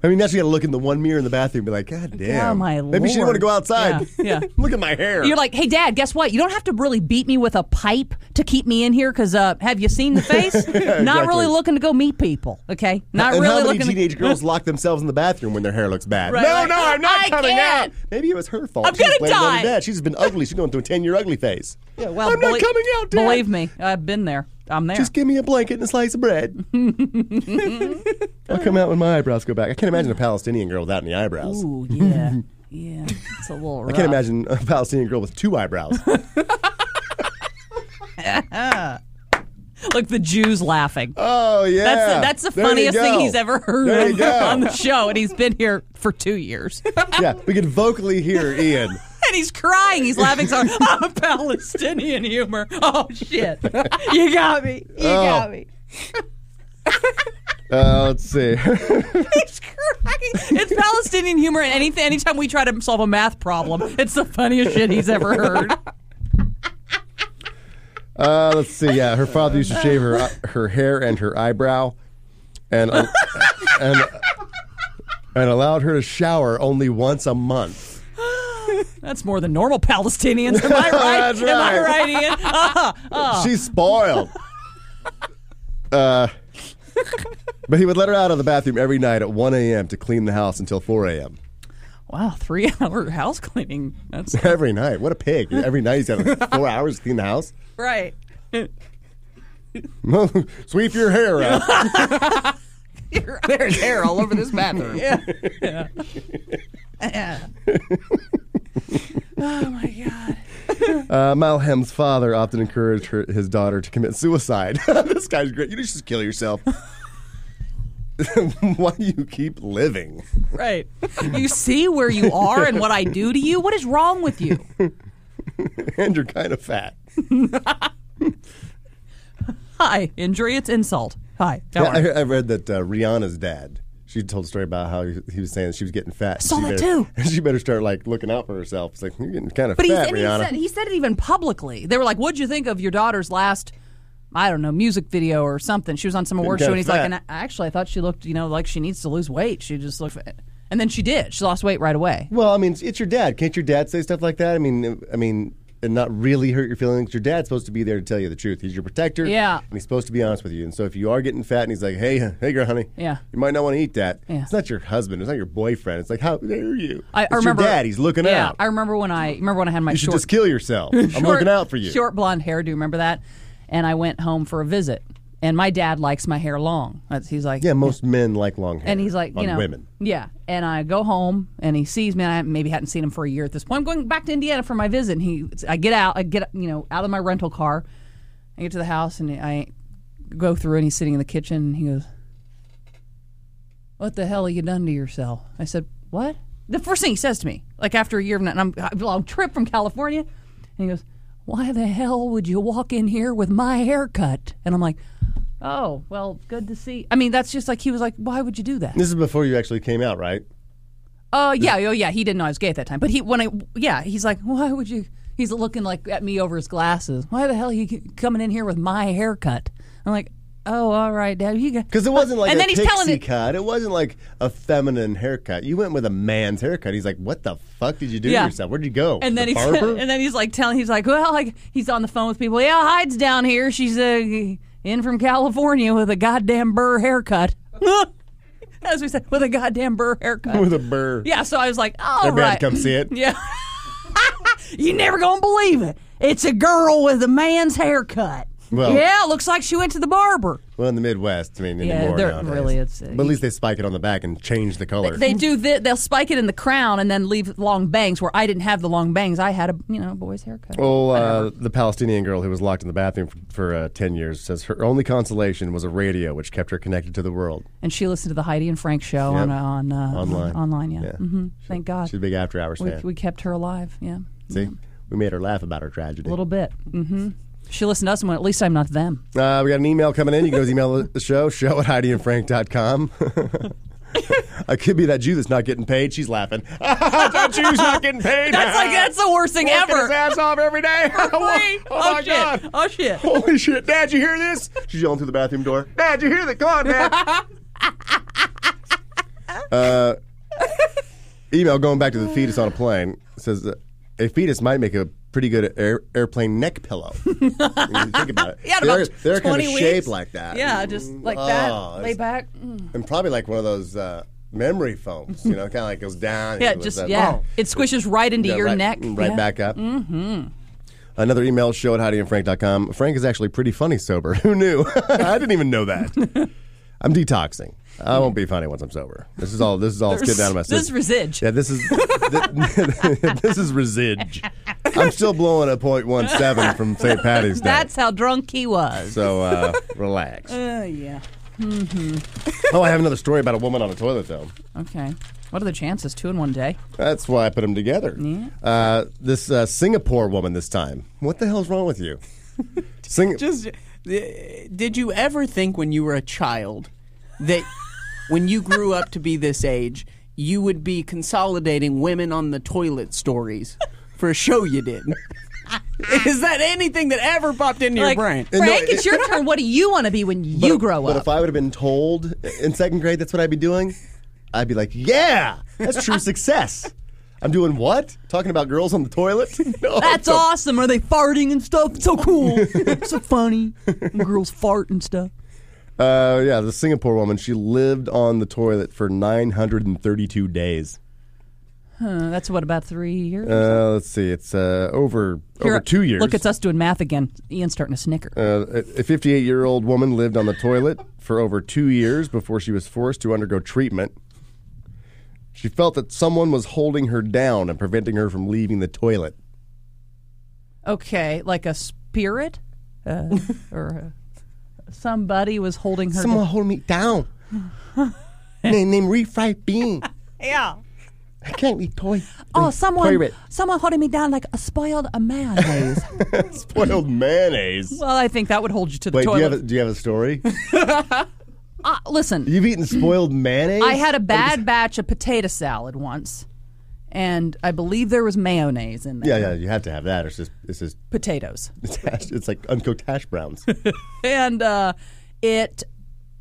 Speaker 6: I mean, now she got to look in the one mirror in the bathroom and be like, God damn.
Speaker 5: Oh, my
Speaker 6: Maybe she didn't want
Speaker 5: Lord.
Speaker 6: to go outside.
Speaker 5: Yeah, yeah.
Speaker 6: look at my hair.
Speaker 5: You're like, hey, Dad, guess what? You don't have to really beat me with a pipe to keep me in here because uh, have you seen the face? Not really
Speaker 6: Exactly.
Speaker 5: looking to go meet people, okay? Not
Speaker 6: and
Speaker 5: really
Speaker 6: how many
Speaker 5: looking
Speaker 6: teenage
Speaker 5: to.
Speaker 6: girls lock themselves in the bathroom when their hair looks bad?
Speaker 5: Right,
Speaker 6: no,
Speaker 5: like,
Speaker 6: no, I'm not
Speaker 5: "I
Speaker 6: coming
Speaker 5: can't."
Speaker 6: out. Maybe it was her fault.
Speaker 5: I'm
Speaker 6: She was
Speaker 5: gonna
Speaker 6: blaming it on her
Speaker 5: die.
Speaker 6: Dad. She's been ugly. She's going through a ten-year ugly phase. Yeah,
Speaker 5: Well,
Speaker 6: I'm
Speaker 5: belie-
Speaker 6: not coming out. Dad.
Speaker 5: Believe me, I've been there. I'm there.
Speaker 6: Just give me a blanket and a slice of bread. I'll come out when my eyebrows go back. I can't imagine a Palestinian girl without any eyebrows.
Speaker 5: Ooh, yeah. yeah. It's a little rough.
Speaker 6: I can't imagine a Palestinian girl with two eyebrows.
Speaker 5: Look, the Jews laughing.
Speaker 6: Oh yeah,
Speaker 5: That's the, that's the
Speaker 6: There you
Speaker 5: funniest thing
Speaker 6: go.
Speaker 5: he's ever heard
Speaker 6: There you
Speaker 5: on,
Speaker 6: go.
Speaker 5: on the show, and he's been here for two years. and
Speaker 6: yeah, we can vocally hear Ian.
Speaker 5: he's crying. He's laughing so hard. I'm a Palestinian humor. Oh shit, you got me. You got me.
Speaker 6: Oh, Uh, let's see.
Speaker 5: He's crying. It's Palestinian humor, and anything, anytime we try to solve a math problem, it's the funniest shit he's ever heard.
Speaker 6: Uh, let's see. Yeah, her father used to shave her uh, her hair and her eyebrow, and uh, and and allowed her to shower only once a month.
Speaker 5: That's more than normal Palestinians. Am I right?
Speaker 6: That's
Speaker 5: Am I
Speaker 6: right.
Speaker 5: right, Ian? Ah, ah.
Speaker 6: She's spoiled. uh, but he would let her out of the bathroom every night at 1 a.m. to clean the house until 4 a.m.
Speaker 5: Wow, three hour house cleaning. That's
Speaker 6: Every night. What a pig. Every night he's got like four hours to clean the house.
Speaker 5: right.
Speaker 6: Sweep your hair out.
Speaker 11: There's hair all over this bathroom.
Speaker 5: Yeah. yeah. oh my god.
Speaker 6: Uh, Malhem's father often encouraged her, his daughter to commit suicide. this guy's great. You just just kill yourself. Why do you keep living?
Speaker 5: Right. You see where you are and what I do to you? What is wrong with you?
Speaker 6: And you're kind of fat.
Speaker 5: Hi, injury, it's insult. Hi. How
Speaker 6: Yeah,
Speaker 5: are you?
Speaker 6: I, I read that uh, Rihanna's dad. She told a story about how he, he was saying that she was getting fat.
Speaker 5: Saw
Speaker 6: she
Speaker 5: that
Speaker 6: better,
Speaker 5: too.
Speaker 6: She better start like looking out for herself. It's like you're getting kind of
Speaker 5: But he,
Speaker 6: fat,
Speaker 5: and he,
Speaker 6: Rihanna.
Speaker 5: said, he said it even publicly. They were like, What'd you think of your daughter's last, I don't know, music video or something? She was on some award
Speaker 6: got
Speaker 5: show and he's like,
Speaker 6: fat.
Speaker 5: and I, Actually, I thought she looked, you know, like she needs to lose weight. She just looked. fat." And then she did. She lost weight right away.
Speaker 6: Well, I mean, it's- it's your dad. Can't your dad say stuff like that? I mean, uh, I mean, and not really hurt your feelings. Your dad's supposed to be there to tell you the truth. He's your protector.
Speaker 5: Yeah.
Speaker 6: And he's supposed to be honest with you. And so if you are getting fat and he's like, hey, hey, girl, honey.
Speaker 5: Yeah.
Speaker 6: You might not want to eat that.
Speaker 5: Yeah.
Speaker 6: It's not your husband. It's not your boyfriend. It's like, how dare you?
Speaker 5: I, I
Speaker 6: it's
Speaker 5: remember
Speaker 6: your dad. He's looking
Speaker 5: yeah,
Speaker 6: out.
Speaker 5: I remember when I remember when I had my
Speaker 6: you should
Speaker 5: short
Speaker 6: just kill yourself. I'm
Speaker 5: short-
Speaker 6: looking out for you.
Speaker 5: Short blonde hair. Do you remember that? And I went home for a visit, and my dad likes my hair long. That's, he's like,
Speaker 6: Yeah, most men like long hair.
Speaker 5: and he's like,
Speaker 6: on
Speaker 5: you know,
Speaker 6: women.
Speaker 5: Yeah, and I go home, and he sees me. And I maybe hadn't seen him for a year at this point. I'm going back to Indiana for my visit. And he, I get out, I get you know out of my rental car, I get to the house, and I go through, and he's sitting in the kitchen, and he goes, "What the hell have you done to yourself?" I said, "What?" The first thing he says to me, like after a year of not, and I'm I'm on a trip from California, and he goes, "Why the hell would you walk in here with my haircut?" And I'm like. Oh, well, good to see. I mean, that's just like he was like, why would you do that?
Speaker 6: This is before you actually came out, right?
Speaker 5: Oh yeah, oh yeah. He didn't know I was gay at that time, but he when I yeah, he's like, why would you? He's looking like at me over his glasses. Why the hell are you coming in here with my haircut? I'm like, oh, all right, Dad. You got
Speaker 6: Because it wasn't like
Speaker 5: and
Speaker 6: a
Speaker 5: then he's
Speaker 6: pixie
Speaker 5: telling it.
Speaker 6: cut. It wasn't like a feminine haircut. You went with a man's haircut. He's like, "What the fuck did you do
Speaker 5: Yeah.
Speaker 6: to yourself? Where'd you go?"
Speaker 5: And then
Speaker 6: the
Speaker 5: he's
Speaker 6: barber?
Speaker 5: and then he's like telling he's like well like he's on the phone with people yeah Hyde's down here she's uh, in from California with a goddamn burr haircut as we said with a goddamn burr haircut
Speaker 6: with a burr.
Speaker 5: yeah so I was like all right.
Speaker 6: Everybody come see it.
Speaker 5: Yeah. you never gonna believe it. It's a girl with a man's haircut.
Speaker 6: Well-
Speaker 5: yeah, looks like she went to the barber.
Speaker 6: Well, in the Midwest, I mean,
Speaker 5: Yeah,
Speaker 6: anymore
Speaker 5: they're-
Speaker 6: nowadays.
Speaker 5: really, it's- uh,
Speaker 6: but at least they spike it on the back and change the color.
Speaker 5: They do. Th- they'll spike it in the crown and then leave long bangs. Where I didn't have the long bangs, I had a you know boy's haircut.
Speaker 6: well, uh, the Palestinian girl who was locked in the bathroom for, for uh, ten years says her only consolation was a radio, which kept her connected to the world.
Speaker 5: And she listened to the Heidi and Frank show
Speaker 6: Yep.
Speaker 5: on on uh,
Speaker 6: Online.
Speaker 5: Online, yeah.
Speaker 6: Yeah.
Speaker 5: hmm Thank God.
Speaker 6: She's a big after hours
Speaker 5: we,
Speaker 6: fan.
Speaker 5: we Mm-hmm. kept her alive. Yeah,
Speaker 6: see, we made her laugh about her tragedy.
Speaker 5: a little bit. hmm She listened to us and went, "At least I'm not them."
Speaker 6: Uh, we got an email coming in. You can always email the show, show at HeidiandFrank.com. I could be that Jew that's not getting paid. She's laughing. that Jew's not getting paid.
Speaker 5: That's like that's the worst thing
Speaker 6: Working his
Speaker 5: ever.
Speaker 6: ass off every day.
Speaker 5: Wait.
Speaker 6: oh, my
Speaker 5: shit!
Speaker 6: God.
Speaker 5: Oh shit!
Speaker 6: Holy shit. Dad, you hear this? She's yelling through the bathroom door. Dad, you hear that? Come on, Dad. uh, email going back to the fetus on a plane says uh, a fetus might make a pretty good air, airplane neck pillow. When you think about it.
Speaker 5: Yeah, in
Speaker 6: they're
Speaker 5: about
Speaker 6: they're kind
Speaker 5: 20
Speaker 6: of
Speaker 5: weeks.
Speaker 6: shaped like that.
Speaker 5: Yeah, just like
Speaker 6: Oh,
Speaker 5: that, lay
Speaker 6: it's-
Speaker 5: back.
Speaker 6: And probably like one of those uh, memory foams, you know, kind of like goes down. and
Speaker 5: Yeah,
Speaker 6: goes
Speaker 5: just
Speaker 6: up.
Speaker 5: yeah.
Speaker 6: Oh.
Speaker 5: It squishes right into
Speaker 6: Yeah,
Speaker 5: your
Speaker 6: right,
Speaker 5: neck.
Speaker 6: Right
Speaker 5: Yeah.
Speaker 6: back up. Mm-hmm. Another email show at HeidiandFrank.com. Frank is actually pretty funny sober. Who knew? I didn't even know that. I'm detoxing. I won't be funny once I'm sober. This is all. This is all. It's
Speaker 5: There's-
Speaker 6: getting out of my
Speaker 5: this
Speaker 6: system.
Speaker 5: is residge.
Speaker 6: Yeah, this is. thi- this is residge. I'm still blowing a .17 from St. Patty's Day.
Speaker 5: That's how drunk he was.
Speaker 6: so uh, relax.
Speaker 5: Uh, yeah. hmm
Speaker 6: Oh, I have another story about a woman on a toilet though.
Speaker 5: Okay. What are the chances? Two in one day.
Speaker 6: That's why I put them together. Uh, this uh, Singapore woman this time. What the hell's wrong with you? Sing-
Speaker 12: Just, uh, did you ever think when you were a child that when you grew up to be this age, you would be consolidating women on the toilet stories for a show you did? Is that anything that ever popped into
Speaker 5: Like,
Speaker 12: your brain?
Speaker 5: Frank, it's your turn. What do you want to be when you grow
Speaker 6: but
Speaker 5: up?
Speaker 6: if I would have been told in second grade that's what I'd be doing, I'd be like, yeah, that's true success. I'm doing what? Talking about girls on the toilet? No,
Speaker 5: That's
Speaker 6: no.
Speaker 5: awesome. Are they farting and stuff? so cool. so funny. Girls fart and stuff.
Speaker 6: Uh, yeah, the Singapore woman. She lived on the toilet for 932 days.
Speaker 5: Huh, Uh, that's what about three years?
Speaker 6: Uh, let's see, it's uh, over over
Speaker 5: Here,
Speaker 6: two years.
Speaker 5: Look, it's us doing math again. Ian's starting to snicker.
Speaker 6: Uh, a 58 year old woman lived on the toilet for over two years before she was forced to undergo treatment. She felt that someone was holding her down and preventing her from leaving the toilet.
Speaker 5: Okay, like a spirit, uh, or uh, somebody was holding her.
Speaker 6: Someone hold me down. name, name refried bean.
Speaker 5: Yeah.
Speaker 6: I can't eat toy.
Speaker 5: Oh, someone,
Speaker 6: Pirate.
Speaker 5: someone holding me down like a spoiled a man.
Speaker 6: Spoiled mayonnaise.
Speaker 5: well, I think that would hold you to the
Speaker 6: Wait, do
Speaker 5: toilet.
Speaker 6: you, have a, do you have a story?
Speaker 5: uh, listen,
Speaker 6: You've eaten spoiled mayonnaise?
Speaker 5: I had a bad batch of potato salad once, and I believe there was mayonnaise in there.
Speaker 6: Yeah, yeah, you have to have that. It's just, it's just,
Speaker 5: Potatoes.
Speaker 6: it's, hash, it's like uncooked hash browns.
Speaker 5: and uh, it,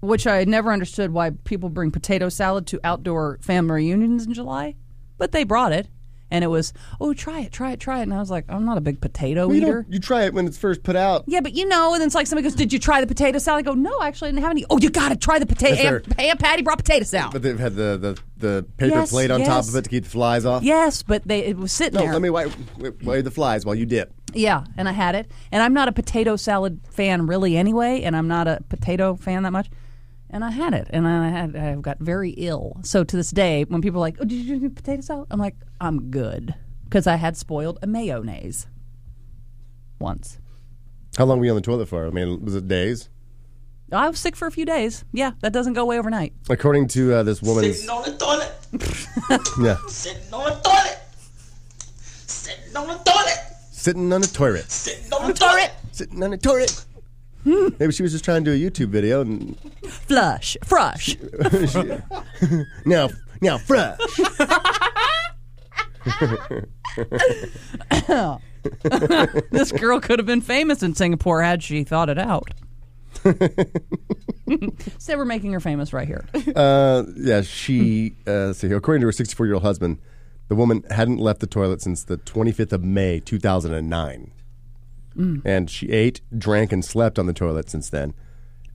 Speaker 5: which I never understood why people bring potato salad to outdoor family reunions in July, but they brought it, and it was oh try it, try it, try it, and I was like I'm not a big potato
Speaker 6: Well, you,
Speaker 5: eater.
Speaker 6: don't, you try it when it's first put out.
Speaker 5: Yeah, but you know, and then it's like somebody goes, "Did you try the potato salad?" I go, "No, actually, I didn't have any." Oh, you got to try the potato.
Speaker 6: That's fair.
Speaker 5: Aunt, Aunt Patty brought potato salad.
Speaker 6: But they've had the, the, the paper
Speaker 5: Yes,
Speaker 6: plate on top
Speaker 5: yes.
Speaker 6: of it to keep the flies off.
Speaker 5: yes, but they it was sitting
Speaker 6: No,
Speaker 5: there.
Speaker 6: let me wipe, wipe the flies while you dip.
Speaker 5: Yeah, and I had it. And I'm not a potato salad fan really anyway, and I'm not a potato fan that much. And I had it, and I had I got very ill. So to this day, when people are like, "Oh, did you do potato salad?" I'm like, "I'm good," because I had spoiled a mayonnaise once.
Speaker 6: How long were you on the toilet for? I mean, was it days?
Speaker 5: I was sick for a few days. Yeah, that doesn't go away overnight.
Speaker 6: According to uh, this woman's.
Speaker 1: Sitting on the toilet.
Speaker 6: Yeah.
Speaker 1: Sitting on the toilet. Sitting on the toilet.
Speaker 6: Sitting on a toilet.
Speaker 1: Sitting on the toilet.
Speaker 6: Sitting on a toilet.
Speaker 5: Hmm.
Speaker 6: Maybe she was just trying to do a YouTube video and
Speaker 5: Flush, frush.
Speaker 6: now now fresh.
Speaker 5: this girl could have been famous in Singapore had she thought it out. so we're making her famous right here.
Speaker 6: Uh, yeah, she. Uh, let's see, according to her 64 year old husband, the woman hadn't left the toilet since the 25th of May 2009,
Speaker 1: Mm.
Speaker 6: and she ate, drank, and slept on the toilet since then.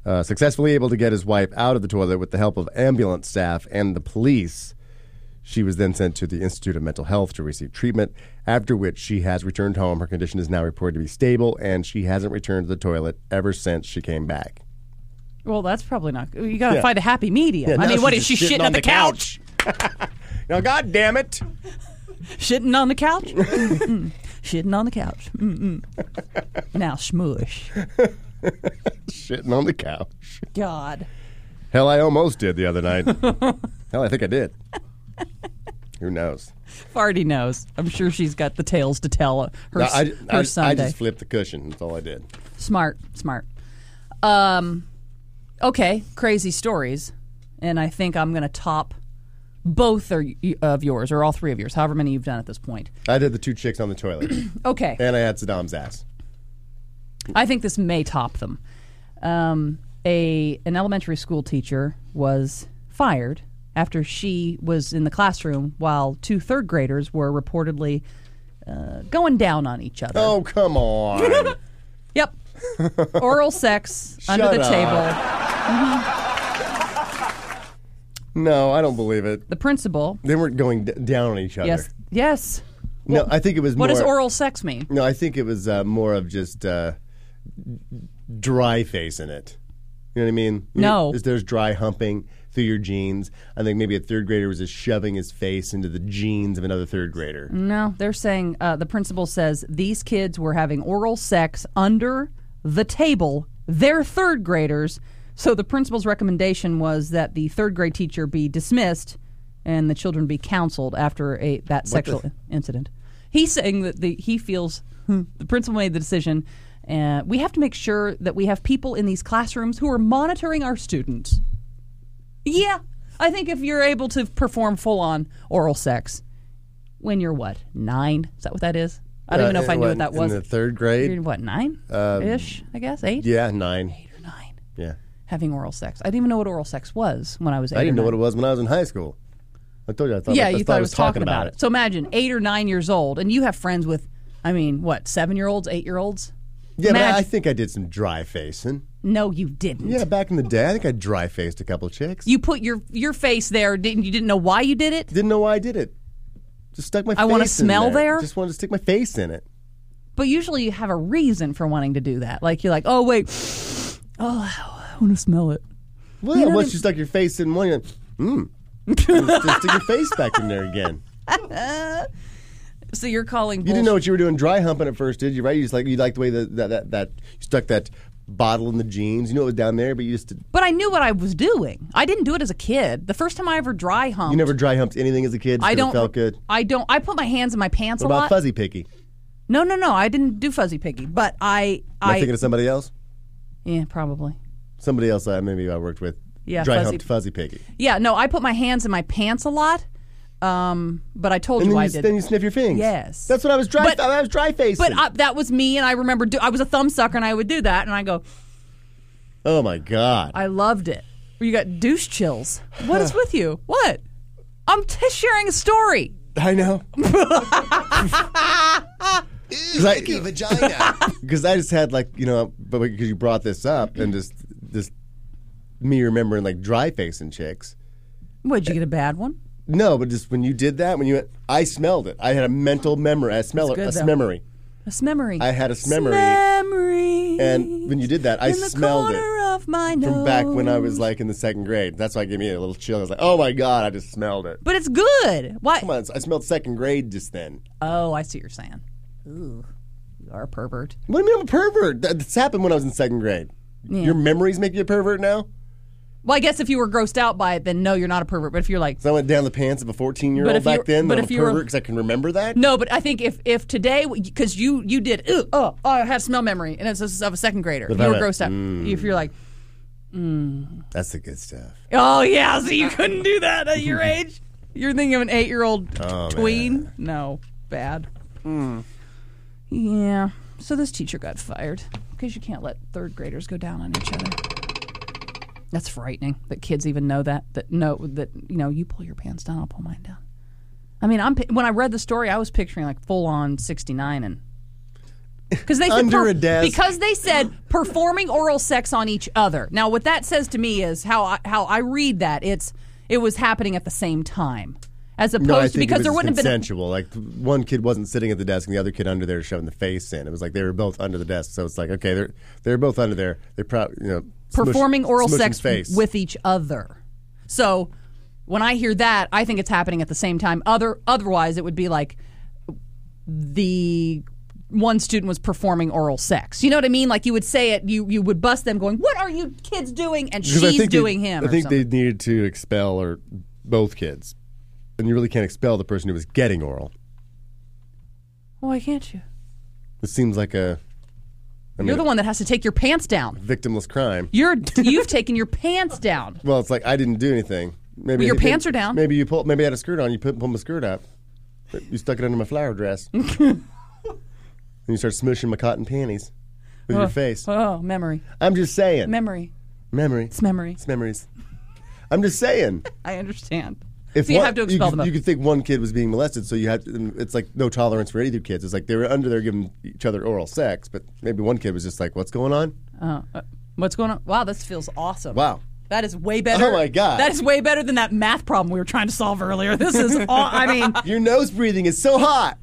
Speaker 6: Uh, successfully able to get his wife out of the toilet with the help of ambulance staff and the police. She was then sent to the Institute of Mental Health to receive treatment, after which she has returned home. Her condition is now reported to be stable, and she hasn't returned to the toilet ever since she came back.
Speaker 5: Well, that's probably not. You got to
Speaker 6: Yeah.
Speaker 5: find a happy medium.
Speaker 6: Yeah,
Speaker 5: I
Speaker 6: now
Speaker 5: mean, what is
Speaker 6: she's
Speaker 5: she
Speaker 6: just
Speaker 5: shitting on, the couch?
Speaker 6: now, God damn it!
Speaker 5: Shitting on the couch? Mm-mm. shitting on the couch. Mm-mm. Now smush.
Speaker 6: Shitting on the couch.
Speaker 5: God.
Speaker 6: Hell, I almost did the other night. Hell, I think I did. Who knows?
Speaker 5: Farty knows. I'm sure she's got the tales to tell her,
Speaker 6: No,
Speaker 5: s-
Speaker 6: I,
Speaker 5: her
Speaker 6: I- I
Speaker 5: Sunday.
Speaker 6: just flipped the cushion. That's all I did.
Speaker 5: Smart, smart. Um, okay, crazy stories, and I think I'm going to top both are, y- of yours, or all three of yours, however many you've done at this point.
Speaker 6: I did the two chicks on the toilet.
Speaker 5: Okay.
Speaker 6: And I had Saddam's ass.
Speaker 5: I think this may top them. Um, a an elementary school teacher was fired after she was in the classroom while two third graders were reportedly uh, going down on each other.
Speaker 6: Oh, come on.
Speaker 5: Yep. Oral sex under
Speaker 6: Shut
Speaker 5: the
Speaker 6: up.
Speaker 5: table.
Speaker 6: No, I don't believe it.
Speaker 5: The principal.
Speaker 6: They weren't going d- down on each other.
Speaker 5: Yes. Yes.
Speaker 6: No, I think it was more.
Speaker 5: What does oral sex mean?
Speaker 6: No, I think it was uh, more of just uh, dry facing it. You know what I mean?
Speaker 5: No.
Speaker 6: Is there's dry humping. through your jeans. I think maybe a third grader was just shoving his face into the jeans of another third grader.
Speaker 5: No, they're saying uh, the principal says these kids were having oral sex under the table. They're third graders. So the principal's recommendation was that the third grade teacher be dismissed and the children be counseled after a that sexual incident. He's saying that the, he feels hmm, the principal made the decision. Uh, we have to make sure that we have people in these classrooms who are monitoring our students. Yeah, I think if you're able to perform full on oral sex when you're what nine? Is that what that is? I don't even know if I knew what that was.
Speaker 6: Uh, In the third grade?
Speaker 5: You're what nine
Speaker 6: Um,
Speaker 5: ish? I guess eight.
Speaker 6: Yeah, nine. Eight
Speaker 5: or nine.
Speaker 6: Yeah.
Speaker 5: Having oral sex. I didn't even know what oral sex was when I was. Eight
Speaker 6: I didn't know
Speaker 5: or
Speaker 6: what
Speaker 5: nine.
Speaker 6: it was when I was in high school. I told you I thought,
Speaker 5: yeah,
Speaker 6: I,
Speaker 5: you
Speaker 6: thought
Speaker 5: thought
Speaker 6: I was talking
Speaker 5: about,
Speaker 6: it.
Speaker 5: it. So imagine eight or nine years old, and you have friends with, I mean, what seven year olds, eight year olds?
Speaker 6: Yeah, but I-
Speaker 5: Imagine-
Speaker 6: I think I did some dry facing.
Speaker 5: no, you didn't.
Speaker 6: Yeah, back in the day, I think I dry faced a couple chicks.
Speaker 5: You put your your face there. Didn't you? Didn't know why you did it.
Speaker 6: Didn't know why I did it. Just stuck my.
Speaker 5: I wanna
Speaker 6: face in
Speaker 5: smell there?
Speaker 6: Just wanted to stick my face in it.
Speaker 5: But usually you have a reason for wanting to do that. Like you're like, oh wait, oh, I want to smell it.
Speaker 6: Well,
Speaker 5: You know
Speaker 6: once
Speaker 5: what
Speaker 6: you stuck your face in one, you're like, mm. just stick your face back in there again.
Speaker 5: So you're calling.
Speaker 6: You didn't know what you were doing dry humping at first, did you? Right? You just like you liked the way that that, that that you stuck that bottle in the jeans. You know it was down there, but you just
Speaker 5: But I knew what I was doing. I didn't do it as a kid. The first time I ever dry humped,
Speaker 6: you never dry humped anything as a kid. just
Speaker 5: I
Speaker 6: 'cause
Speaker 5: don't
Speaker 6: It felt good.
Speaker 5: I don't. I put my hands in my pants
Speaker 6: What
Speaker 5: a
Speaker 6: about
Speaker 5: lot.
Speaker 6: fuzzy picky?
Speaker 5: No, no, no. I didn't do fuzzy piggy. But I,
Speaker 6: Am I,
Speaker 5: I,
Speaker 6: thinking of somebody else?
Speaker 5: yeah, probably.
Speaker 6: Somebody else I maybe I worked with.
Speaker 5: Yeah,
Speaker 6: dry
Speaker 5: fuzzy-
Speaker 6: humped fuzzy picky.
Speaker 5: Yeah, no. I put my hands in my pants a lot. Um, but I told
Speaker 6: And
Speaker 5: you
Speaker 6: then
Speaker 5: I
Speaker 6: you,
Speaker 5: did.
Speaker 6: then you sniff your fings.
Speaker 5: Yes.
Speaker 6: That's what I was dry.
Speaker 5: But-
Speaker 6: I was dry facing.
Speaker 5: but I, that was me, and I remember do, I was a thumb sucker, and I would do that, and I go,
Speaker 6: oh my god.
Speaker 5: I loved it. You got douche chills. What is with you? What? I'm t- sharing a story.
Speaker 6: I know. Because I,
Speaker 13: vagina.
Speaker 6: because I just had like you know, but because you brought this up and just this me remembering like dry facing chicks.
Speaker 5: Would you get a bad one?
Speaker 6: No, but just when you did that, when you went, I smelled it. I had a mental memory. I smell it.
Speaker 5: good,
Speaker 6: A
Speaker 5: though.
Speaker 6: memory.
Speaker 5: A memory.
Speaker 6: I had a smemory.
Speaker 5: Memory.
Speaker 6: And when you did that, I
Speaker 5: in the
Speaker 6: smelled it
Speaker 5: corner of my nose.
Speaker 6: from back when I was like in the second grade. That's why it gave me a little chill. I was like, oh my god, I just smelled it.
Speaker 5: But it's good. Why?
Speaker 6: Come on, I smelled second grade just then.
Speaker 5: Oh, I see what you're saying. Ooh, you are a pervert.
Speaker 6: What do you mean I'm a pervert? That- That's happened when I was in second grade. Your memories make you a pervert now.
Speaker 5: Well, I guess if you were grossed out by it, then no, you're not a pervert. But if you're like,
Speaker 6: So I went down the pants of a 14 year
Speaker 5: But
Speaker 6: old
Speaker 5: if you-
Speaker 6: back then.
Speaker 5: but
Speaker 6: But
Speaker 5: if
Speaker 6: I'm a
Speaker 5: you were-
Speaker 6: pervert because I can remember that.
Speaker 5: no, but I think if if today, because you you did, "Ooh, oh, oh, I had smell memory, and it's just of a second grader.
Speaker 6: But if
Speaker 5: you
Speaker 6: I
Speaker 5: were
Speaker 6: went,
Speaker 5: grossed out.
Speaker 6: mm.
Speaker 5: If you're like,
Speaker 6: That's the good stuff.
Speaker 5: oh yeah, so you couldn't do that at your age. You're thinking of an eight year old
Speaker 6: Oh,
Speaker 5: tween. No, bad. Yeah. So this teacher got fired because you can't let third graders go down on each other. That's frightening that kids even know that. That know that you know you pull your pants down, I'll pull mine down. I mean, I'm pi- when I read the story, I was picturing like full on '69 and because they said
Speaker 6: Under a desk.
Speaker 5: because they said performing oral sex on each other. Now, what that says to me is how I, how I read that it's it was happening at the same time as opposed
Speaker 6: No, I
Speaker 5: to
Speaker 6: think
Speaker 5: because
Speaker 6: it was
Speaker 5: there wouldn't have been a
Speaker 6: consensual. Like th- one kid wasn't sitting at the desk and the other kid under there shoving the face in. It was like they were both under the desk. So it's like okay, they're they're both under there. They're probably you know smush-
Speaker 5: performing oral
Speaker 6: smushing
Speaker 5: sex
Speaker 6: face.
Speaker 5: with each other. So when I hear that, I think it's happening at the same time. Other otherwise, it would be like the one student was performing oral sex. You know what I mean? Like you would say it, you you would bust them going, "What are you kids doing?" And
Speaker 6: 'Cause I
Speaker 5: she's
Speaker 6: think they-
Speaker 5: doing him.
Speaker 6: I
Speaker 5: or
Speaker 6: think
Speaker 5: something.
Speaker 6: they needed to expel or both kids, and you really can't expel the person who was getting oral.
Speaker 5: Why can't you?
Speaker 6: It seems like a I mean,
Speaker 5: You're the one that has to take your pants down.
Speaker 6: victimless crime.
Speaker 5: You're you've taken your pants down.
Speaker 6: Well, it's like I didn't do anything. Maybe
Speaker 5: Well, your
Speaker 6: maybe-
Speaker 5: pants are down.
Speaker 6: Maybe you pull. Maybe I had a skirt on. You put pull my skirt up. You stuck it under my flower dress. and you start smooshing my cotton panties with
Speaker 5: Oh,
Speaker 6: your face.
Speaker 5: Oh, memory,
Speaker 6: I'm just saying.
Speaker 5: memory.
Speaker 6: memory.
Speaker 5: It's memory.
Speaker 6: It's memories. I'm just saying.
Speaker 5: I understand.
Speaker 6: If
Speaker 5: so you
Speaker 6: one-
Speaker 5: have to expel
Speaker 6: could-
Speaker 5: them.
Speaker 6: You could think one kid was being molested, so you have. To, it's like no tolerance for either kids. It's like they were under there giving each other oral sex, but maybe one kid was just like, "What's going on?
Speaker 5: Oh, uh, what's going on? Wow, this feels awesome.
Speaker 6: Wow."
Speaker 5: That is way better.
Speaker 6: Oh, my God.
Speaker 5: That is way better than that math problem we were trying to solve earlier. This is all, I mean,
Speaker 6: Your nose breathing is so hot.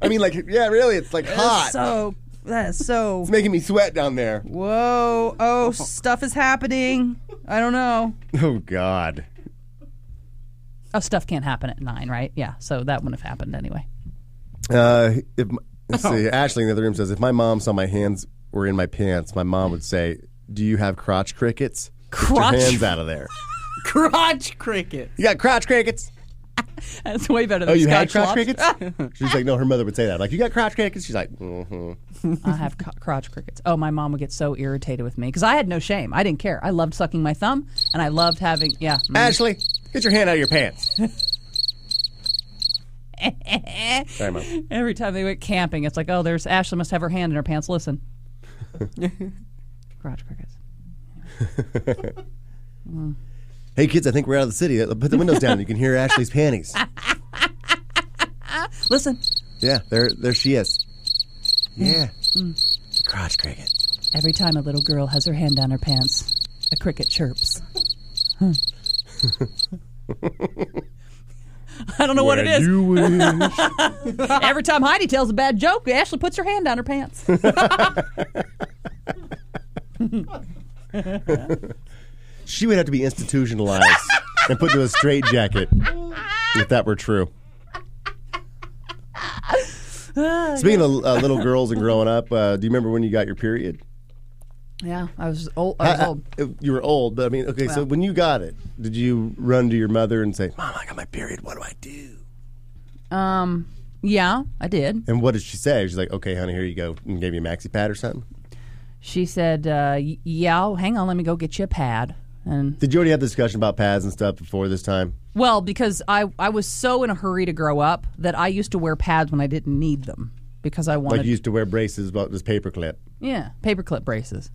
Speaker 6: I mean, like, yeah, really, it's like hot.
Speaker 5: so that is so.
Speaker 6: It's making me sweat down there.
Speaker 5: Whoa! Oh, stuff is happening. I don't know.
Speaker 6: Oh God.
Speaker 5: Oh, stuff can't happen at nine, right? Yeah, so that wouldn't have happened anyway.
Speaker 6: Uh, if m- let's see, Ashley in the other room says, if my mom saw my hands were in my pants, my mom would say, "Do you have crotch crickets?
Speaker 5: Crotch-
Speaker 6: Get your hands out of there.
Speaker 12: Crotch cricket.
Speaker 6: You got crotch crickets."
Speaker 5: That's way better
Speaker 6: Oh,
Speaker 5: than
Speaker 6: you had
Speaker 5: Scotch
Speaker 6: crotch
Speaker 5: lobster.
Speaker 6: crickets? She's like, no, her mother would say that. Like, you got crotch crickets? She's like, mm-hmm.
Speaker 5: I have cro- crotch crickets. Oh, my mom would get so irritated with me because I had no shame. I didn't care. I loved sucking my thumb, and I loved having yeah. mm.
Speaker 6: Ashley, get your hand out of your pants. Sorry, Mom.
Speaker 5: Every time they went camping, it's like, oh, there's Ashley must have her hand in her pants. Listen, crotch crickets.
Speaker 6: Hey, kids, I think we're out of the city. Put the windows down. You can hear Ashley's panties.
Speaker 5: Listen,
Speaker 6: Yeah, there, there she is. Yeah. The crotch cricket.
Speaker 5: every time a little girl has her hand down her pants, a cricket chirps. Huh. I don't know what it is. Every time Heidi tells a bad joke, Ashley puts her hand down her pants.
Speaker 6: She would have to be institutionalized and put into a straitjacket if that were true. Speaking of uh, little girls and growing up, uh, do you remember when you got your period?
Speaker 5: yeah, I was old. I was
Speaker 6: I- I-
Speaker 5: old.
Speaker 6: you were old, but I mean, okay. so
Speaker 5: Well.
Speaker 6: when you got it, did you run to your mother and say, "Mom, I got my period. What do I do?"
Speaker 5: Um, yeah, I did.
Speaker 6: And what did she say? She's like, "Okay, honey, here you go," and gave you a maxi pad or something.
Speaker 5: She said, uh, y- "Yeah, oh, hang on, let me go get you a pad." And
Speaker 6: Did you already have the discussion about pads and stuff before this time?
Speaker 5: well, because I I was so in a hurry to grow up that I used to wear pads when I didn't need them because I wanted
Speaker 6: Like you used to wear braces, but this paperclip.
Speaker 5: yeah paperclip braces.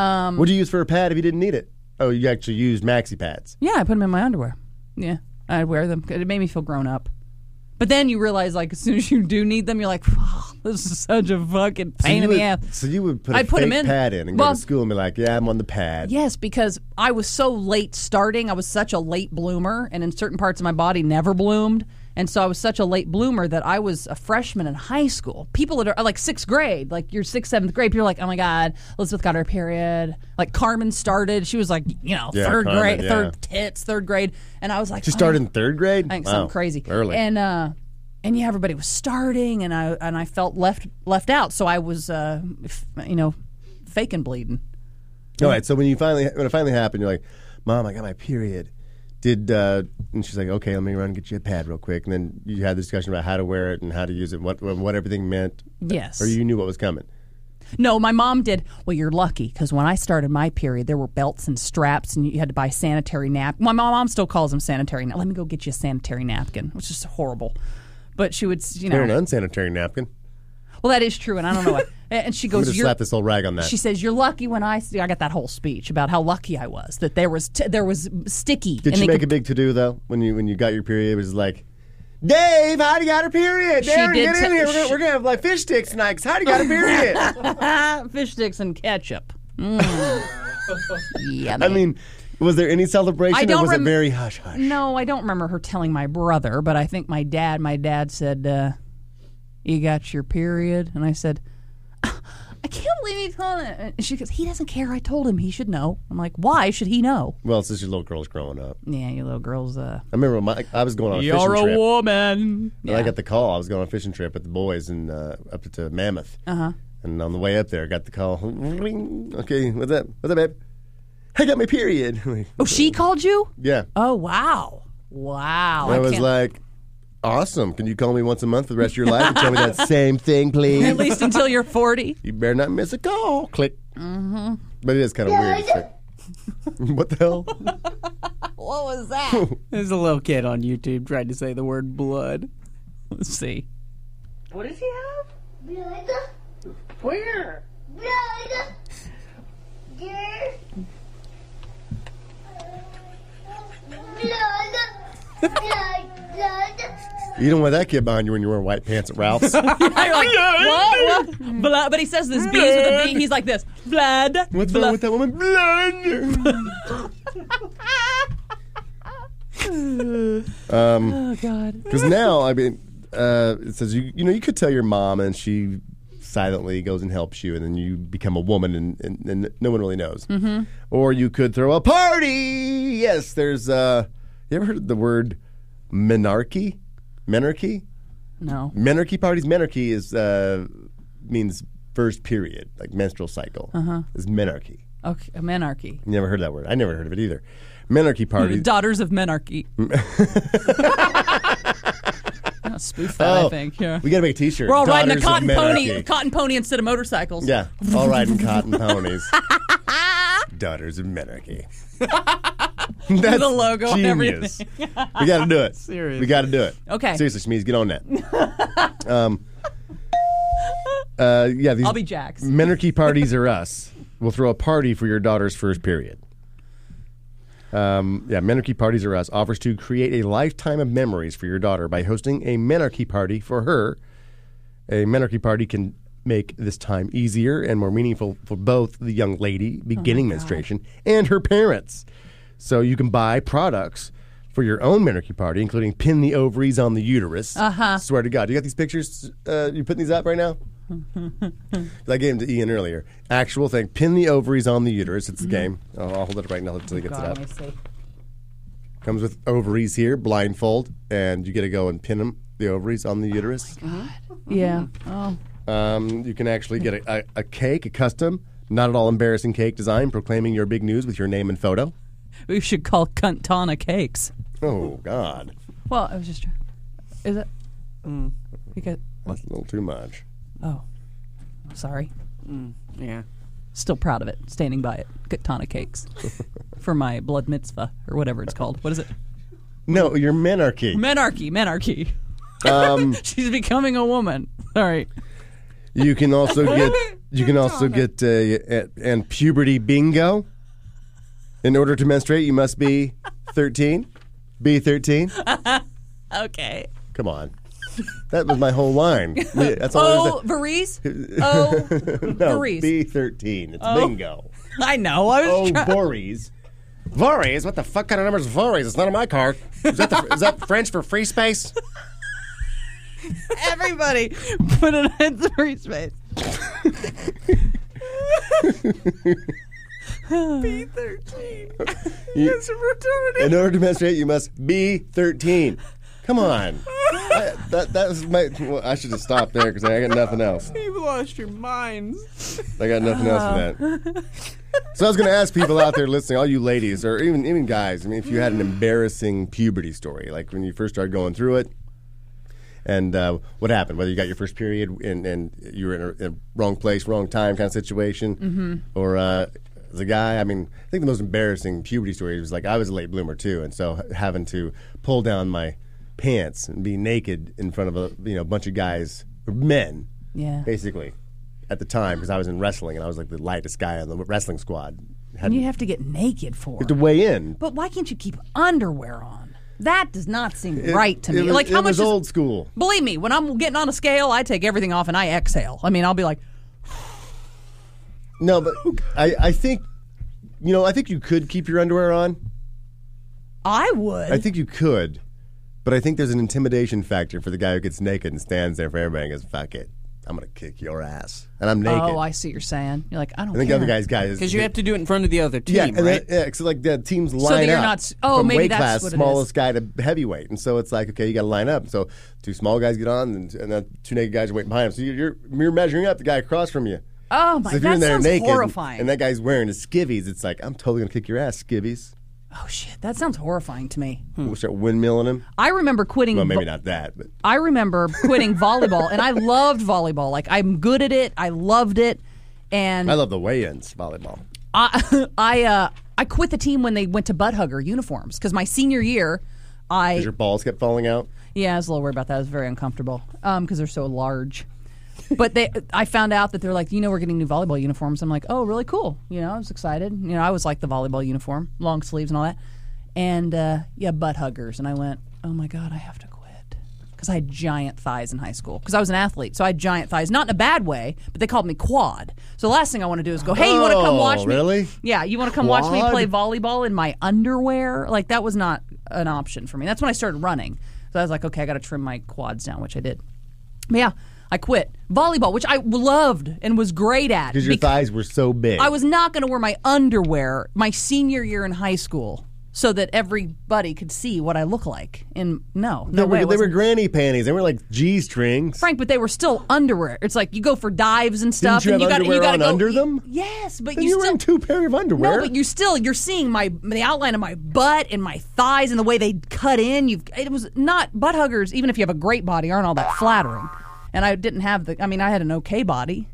Speaker 5: Um,
Speaker 6: What would you use for a pad if you didn't need it? Oh, you actually used maxi pads.
Speaker 5: yeah, I put them in my underwear. Yeah, I'd wear them. It made me feel grown up. But then you realize, like, as soon as you do need them, you're like, oh, "This is such a fucking
Speaker 6: So you
Speaker 5: pain in the
Speaker 6: would-
Speaker 5: ass."
Speaker 6: So you would put a
Speaker 5: I'd put 'em
Speaker 6: fake
Speaker 5: in.
Speaker 6: pad in and
Speaker 5: Well-
Speaker 6: go to school and be like, "Yeah, I'm on the pad."
Speaker 5: Yes, because I was so late starting. I was such a late bloomer, and in certain parts of my body never bloomed. And so I was such a late bloomer that I was a freshman in high school. People that are like sixth grade, like your sixth, seventh grade, people are like, oh my God, Elizabeth got her period. Like Carmen started. She was like, you know,
Speaker 6: Yeah,
Speaker 5: third
Speaker 6: Carmen,
Speaker 5: grade,
Speaker 6: yeah.
Speaker 5: third tits, third grade. And I was like,
Speaker 6: She started
Speaker 5: "Oh."
Speaker 6: in third grade.
Speaker 5: I think
Speaker 6: Wow,
Speaker 5: something crazy.
Speaker 6: Early.
Speaker 5: And uh and yeah, everybody was starting and I and I felt left left out. So I was uh f- you know, faking bleeding.
Speaker 6: All right. So when you finally when it finally happened, you're like, "Mom, I got my period." Did uh, and she's like, "Okay, let me run and get you a pad real quick." And then you had the discussion about how to wear it and how to use it, and what what everything meant,
Speaker 5: Yes.
Speaker 6: or you knew what was coming.
Speaker 5: No, my mom did. Well, you're lucky because when I started my period, there were belts and straps, and you had to buy sanitary napkin. My mom still calls them sanitary. Now, let me go get you a sanitary napkin, which is horrible. But she would, you
Speaker 6: Wear an
Speaker 5: know.
Speaker 6: unsanitary napkin.
Speaker 5: Well, that is true, and I don't know. what. And she
Speaker 6: I'm
Speaker 5: goes,
Speaker 6: gonna
Speaker 5: "You're."
Speaker 6: slap this old rag on that.
Speaker 5: She says, "You're lucky when I." I got that whole speech about how lucky I was that there was t- there was sticky.
Speaker 6: Did
Speaker 5: and
Speaker 6: she
Speaker 5: they
Speaker 6: make
Speaker 5: could-
Speaker 6: a big to do though when you when you got your period? It was like, Dave, Heidi got her period.
Speaker 5: She
Speaker 6: Darren,
Speaker 5: did
Speaker 6: get in
Speaker 5: t-
Speaker 6: here. We're gonna,
Speaker 5: she-
Speaker 6: we're gonna have like fish sticks tonight 'cause Heidi got her period.
Speaker 5: fish sticks and ketchup? Mm. Yummy.
Speaker 6: I mean, was there any celebration?
Speaker 5: I don't
Speaker 6: or was
Speaker 5: rem-
Speaker 6: it very hush hush?
Speaker 5: No, I don't remember her telling my brother, but I think my dad. My dad said, uh, "You got your period," and I said, "I can't believe he told it." And she goes, "He doesn't care. I told him he should know." I'm like, "Why should he know?"
Speaker 6: Well, it's just your little girls growing up.
Speaker 5: Yeah, you little girls. Uh,
Speaker 6: I remember when my, I was going on a
Speaker 5: you're
Speaker 6: fishing
Speaker 5: a
Speaker 6: trip.
Speaker 5: woman.
Speaker 6: And I got the call. I was going on a fishing trip with the boys and uh, up to Mammoth.
Speaker 5: Uh huh.
Speaker 6: And on the way up there, I got the call. Ring. Okay, what's up? What's up, babe? I got my period. Like,
Speaker 5: Oh, she called you.
Speaker 6: yeah.
Speaker 5: Oh wow, wow.
Speaker 6: And Oh, I was
Speaker 5: can't-
Speaker 6: like, awesome. Can you call me once a month for the rest of your life and tell me that same thing, please?
Speaker 5: at least until you're 40.
Speaker 6: You better not miss a call. Click. Mm-hmm. But it is kind of weird. It's like- what the hell?
Speaker 5: What was that?
Speaker 12: There's a little kid on YouTube trying to say the word blood.
Speaker 5: Let's see.
Speaker 14: What does he have? Blood. Where? Blood. There. Blood. Blood. Blood.
Speaker 6: You don't want that kid behind you when you're wearing white pants at Ralph's. What's
Speaker 5: You're like, what? what? Blood. But he says this B's with a B. He's like this. Blood.
Speaker 6: wrong with that woman? Blood.
Speaker 5: Oh God.
Speaker 6: Um, Because now, I mean, uh, it says you you know you could tell your mom and she silently goes and helps you, and then you become a woman, and, and, and no one really knows.
Speaker 5: Mhm.
Speaker 6: Or you could throw a party. Yes, there's. Uh, you ever heard of the word menarchy? Menarchy.
Speaker 5: No.
Speaker 6: Menarchy parties. Menarchy is uh, means first period, like menstrual cycle.
Speaker 5: Uh-huh.
Speaker 6: Is menarchy.
Speaker 5: Okay, a menarchy.
Speaker 6: You never heard that word. I never heard of it either. Menarchy parties.
Speaker 5: Daughters of menarchy. I'll spoof that, I think. Yeah.
Speaker 6: Oh. We got to make a T-shirt.
Speaker 5: We're all riding a
Speaker 6: Daughters of
Speaker 5: cotton pony,
Speaker 6: Menarchy.
Speaker 5: cotton pony instead of motorcycles.
Speaker 6: Yeah, all riding cotton ponies. Daughters of Menarchy. That's
Speaker 5: the logo and
Speaker 6: genius.
Speaker 5: everything.
Speaker 6: We got to do it.
Speaker 5: Seriously.
Speaker 6: We got to do it.
Speaker 5: Okay.
Speaker 6: Seriously, Smeeze, get on that. um, uh, yeah, these
Speaker 5: I'll be Jax.
Speaker 6: Menarchy parties are us. We'll throw a party for your daughter's first period. Um, yeah, Menarchy Parties Are Us offers to create a lifetime of memories for your daughter by hosting a Menarchy Party for her. A Menarchy Party can make this time easier and more meaningful for both the young lady beginning menstruation and her parents. So you can buy products for your own Menarchy Party, including pin the ovaries on the uterus.
Speaker 5: Uh-huh.
Speaker 6: Swear to God. You got these pictures? Uh, you putting these up right now? I gave them to Ian earlier. Actual thing. Pin the ovaries on the uterus. It's the game. I'll, I'll hold it up right now until he gets it up.
Speaker 5: let me see.
Speaker 6: Comes with ovaries here, blindfold, and you get to go and pin them, the ovaries on the uterus.
Speaker 5: Yeah. Oh.
Speaker 6: Um, you can actually get a, a, a cake, a custom, not at all embarrassing cake design, proclaiming your big news with your name and photo.
Speaker 5: We should call Cuntana Cakes.
Speaker 6: Oh, God.
Speaker 5: Well, I was just trying. Is it? Mm. Because
Speaker 6: That's a little too much.
Speaker 5: oh, sorry.
Speaker 12: yeah.
Speaker 5: Still proud of it. Standing by it. Cuntana Cakes for my blood mitzvah or whatever it's called. What is it?
Speaker 6: No, you're menarchy.
Speaker 5: Menarchy. Menarchy.
Speaker 6: Um,
Speaker 5: She's becoming a woman. Sorry.
Speaker 6: you can also get you can also get uh, and, and puberty bingo. In order to menstruate, you must be 13. Be 13.
Speaker 5: okay.
Speaker 6: Come on. That was my whole line. We- That's all there is
Speaker 5: oh,
Speaker 6: to-
Speaker 5: Varese. Oh,
Speaker 6: no,
Speaker 5: Varese.
Speaker 6: B13. It's
Speaker 5: Oh.
Speaker 6: bingo.
Speaker 5: I know. I was
Speaker 6: Oh,
Speaker 5: try-
Speaker 6: Voorhees. Voorhees? What the fuck kind of number is Voorhees? It's not in my car. Is that, the, is that French for free space?
Speaker 5: Everybody put it in three space.
Speaker 12: B thirteen.
Speaker 6: You-
Speaker 12: It's retarded.
Speaker 6: In order to menstruate, you must be 13. Come on. I, that, that was my, well, I should just stop there because I got nothing else.
Speaker 12: You've lost your minds.
Speaker 6: I got nothing else for that. So I was going to ask people out there listening, all you ladies or even even guys. I mean, if you had an embarrassing puberty story, like when you first started going through it, and uh, what happened? Whether you got your first period and, and you were in a, in a wrong place, wrong time kind of situation,
Speaker 15: Mhm.
Speaker 6: or uh, as a guy, I mean, I think the most embarrassing puberty story was like I was a late bloomer too, and so having to pull down my pants and be naked in front of a you know bunch of guys, men,
Speaker 5: Yeah.
Speaker 6: basically at the time because I was in wrestling and I was like the lightest guy on the wrestling squad. Had
Speaker 5: And you have to get naked for.
Speaker 6: you have to weigh in.
Speaker 5: But why can't you keep underwear on? That does not seem
Speaker 6: It-
Speaker 5: right to
Speaker 6: it
Speaker 5: me.
Speaker 6: was-
Speaker 5: like how
Speaker 6: it
Speaker 5: much
Speaker 6: was
Speaker 5: is-
Speaker 6: old school?
Speaker 5: Believe me, when I'm getting on a scale, I take everything off and I exhale. I mean, I'll be like,
Speaker 6: No, but I, I think you know I think you could keep your underwear on.
Speaker 5: I would.
Speaker 6: I think you could, but I think there's an intimidation factor for the guy who gets naked and stands there for everybody and goes, "Fuck it, I'm gonna kick your ass," and I'm naked.
Speaker 5: "Oh, I see what you're saying." You're like, "I don't."
Speaker 6: I think the
Speaker 5: care.
Speaker 6: other guy's guy is
Speaker 12: Because you have to do it in front of the other team,
Speaker 6: yeah, and
Speaker 12: right?
Speaker 6: that- yeah, 'cause, like the teams
Speaker 5: So
Speaker 6: line
Speaker 5: that you're
Speaker 6: up
Speaker 5: not s- oh,
Speaker 6: from
Speaker 5: maybe
Speaker 6: weight
Speaker 5: that's
Speaker 6: class,
Speaker 5: what it is.
Speaker 6: smallest guy to heavyweight, and so it's like okay, you got to line up. So two small guys get on, and, and then two naked guys are waiting behind him. So you're you're, you're measuring up the guy across from you.
Speaker 5: Oh my!
Speaker 6: so if you're
Speaker 5: that
Speaker 6: in there
Speaker 5: sounds
Speaker 6: naked, and-
Speaker 5: horrifying.
Speaker 6: And that guy's wearing his skivvies. It's like I'm totally gonna kick your ass, skivvies.
Speaker 5: oh shit! That sounds horrifying to me.
Speaker 6: We'll start windmilling him.
Speaker 5: I remember quitting.
Speaker 6: Well,
Speaker 5: vo-
Speaker 6: maybe not that, but
Speaker 5: I remember quitting volleyball, and I loved volleyball. Like I'm good at it. I loved it, and
Speaker 6: I love the weigh-ins volleyball.
Speaker 5: I I uh, I quit the team when they went to butt hugger uniforms because my senior year, I
Speaker 6: 'Cause your balls kept falling out.
Speaker 5: yeah I was a little worried about that. I was very uncomfortable because they're so large. But they, I found out that they're like, you know, we're getting new volleyball uniforms. I'm like, oh, really cool. You know, I was excited. You know, I was like the volleyball uniform, long sleeves and all that, and uh, yeah, butt huggers. And I went, oh my god, I have to quit because I had giant thighs in high school because I was an athlete, so I had giant thighs, not in a bad way, but they called me quad. So the last thing I want to do is go, hey, you want to come
Speaker 6: Oh,
Speaker 5: watch me?
Speaker 6: really?
Speaker 5: Yeah, you want to come watch me
Speaker 6: Quad?
Speaker 5: play volleyball in my underwear? Like that was not an option for me. That's when I started running. So I was like, okay, I got to trim my quads down, which I did. But yeah, I quit volleyball, which I loved and was great at.
Speaker 6: because your
Speaker 5: Bec-
Speaker 6: thighs were so big.
Speaker 5: I was not going to wear my underwear my senior year in high school so that everybody could see what I look like. And no,
Speaker 6: They
Speaker 5: no
Speaker 6: were,
Speaker 5: way. I
Speaker 6: they were
Speaker 5: wasn't-
Speaker 6: granny panties. They were like G strings.
Speaker 5: Frank, but they were still underwear. It's like you go for dives and stuff,
Speaker 6: you
Speaker 5: and
Speaker 6: have
Speaker 5: you got you
Speaker 6: underwear
Speaker 5: got to
Speaker 6: on
Speaker 5: go
Speaker 6: under them?
Speaker 5: Yes, but
Speaker 6: Then
Speaker 5: you
Speaker 6: you were
Speaker 5: still
Speaker 6: in two pair of underwear.
Speaker 5: no, but you still you're seeing my the outline of my butt and my thighs and the way they cut in. You it was not butt huggers. Even if you have a great body, aren't all that flattering. And I didn't have the. I mean, I had an okay body,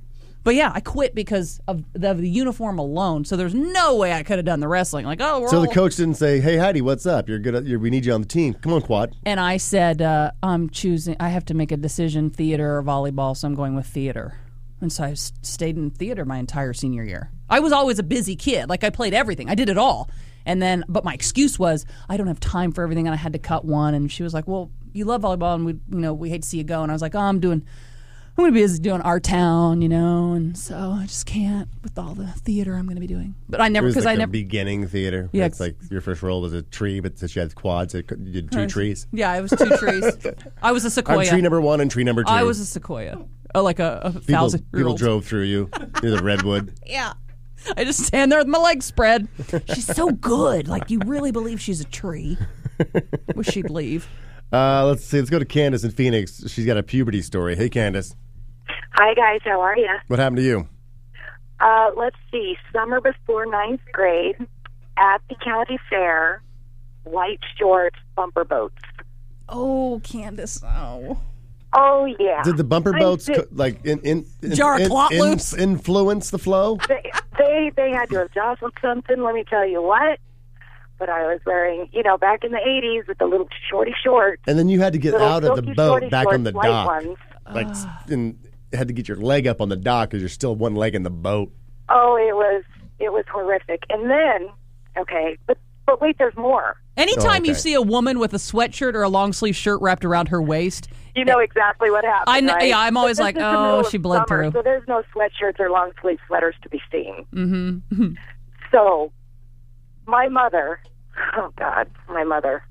Speaker 5: but yeah, I quit because of the, of the uniform alone. So there's no way I could have done the wrestling. Like oh, we're
Speaker 6: so the
Speaker 5: all-
Speaker 6: coach didn't say, "Hey Heidi, what's up? You're good. At, you're, we need you on the team. Come on, quad."
Speaker 5: And I said, uh, I'm choosing. I have to make a decision: theater or volleyball. So I'm going with theater. And so I s- stayed in theater my entire senior year. I was always a busy kid. Like I played everything. I did it all. And then, but my excuse was I don't have time for everything, and I had to cut one. And she was like, "Well, you love volleyball, and we, you know, we hate to see you go." And I was like, "Oh, I'm doing." I'm going to be busy doing our town, you know, and so I just can't with all the theater I'm going to be doing. But I never,
Speaker 6: It was
Speaker 5: because
Speaker 6: like
Speaker 5: I
Speaker 6: the
Speaker 5: never,
Speaker 6: beginning theater.
Speaker 5: Yeah,
Speaker 6: Yeah, it's like your first role was a tree, but since you had quads, it, could- you did two
Speaker 5: Nice.
Speaker 6: trees.
Speaker 5: yeah, I was two trees. I was a sequoia.
Speaker 6: I'm tree number one and tree number two.
Speaker 5: Oh, I was a sequoia, oh, like a, a
Speaker 6: people,
Speaker 5: thousand year
Speaker 6: people
Speaker 5: old.
Speaker 6: drove through you through the redwood.
Speaker 5: Yeah, I just stand there with my legs spread. She's so good. Like you really believe she's a tree. Wish she'd leave.
Speaker 6: Uh, let's see. Let's go to Candace in Phoenix. She's got a puberty story. Hey, Candace,
Speaker 15: Hi guys, how are you?
Speaker 6: what happened to you?
Speaker 15: Uh, let's see. Summer before ninth grade, at the county fair, white shorts, bumper boats.
Speaker 5: Oh, Candace. Oh.
Speaker 15: Oh yeah.
Speaker 6: Did the bumper
Speaker 15: I
Speaker 6: boats
Speaker 15: did-
Speaker 6: co- like in, in, in-
Speaker 15: Jar of
Speaker 6: in-
Speaker 15: clot
Speaker 6: in-
Speaker 15: loops?
Speaker 6: influence the flow?
Speaker 15: they, they they had to have jostled something. Let me tell you what. But I was wearing, you know, back in the '80s with the little shorty shorts.
Speaker 6: And then you had to get
Speaker 15: Little
Speaker 6: out of the
Speaker 15: silky
Speaker 6: boat
Speaker 15: shorty
Speaker 6: back on
Speaker 15: shorts,
Speaker 6: the
Speaker 15: white
Speaker 6: dock.
Speaker 15: ones.
Speaker 6: Like s-
Speaker 5: Ah.
Speaker 6: and had to get your leg up on the dock because you're still one leg in the boat.
Speaker 15: Oh, it was it was horrific. And then, okay, but but wait, there's more.
Speaker 5: Anytime
Speaker 15: Oh, okay.
Speaker 5: you see a woman with a sweatshirt or a long sleeve shirt wrapped around her waist,
Speaker 15: You know exactly what happened.
Speaker 5: I kn-
Speaker 15: right?
Speaker 5: yeah, I'm
Speaker 15: But
Speaker 5: always
Speaker 15: this
Speaker 5: like,
Speaker 15: is the
Speaker 5: oh,
Speaker 15: middle of
Speaker 5: she bled
Speaker 15: summer,
Speaker 5: through.
Speaker 15: So there's no sweatshirts or long sleeve sweaters to be seen.
Speaker 5: mm-hmm.
Speaker 15: So, my mother, oh God, my mother,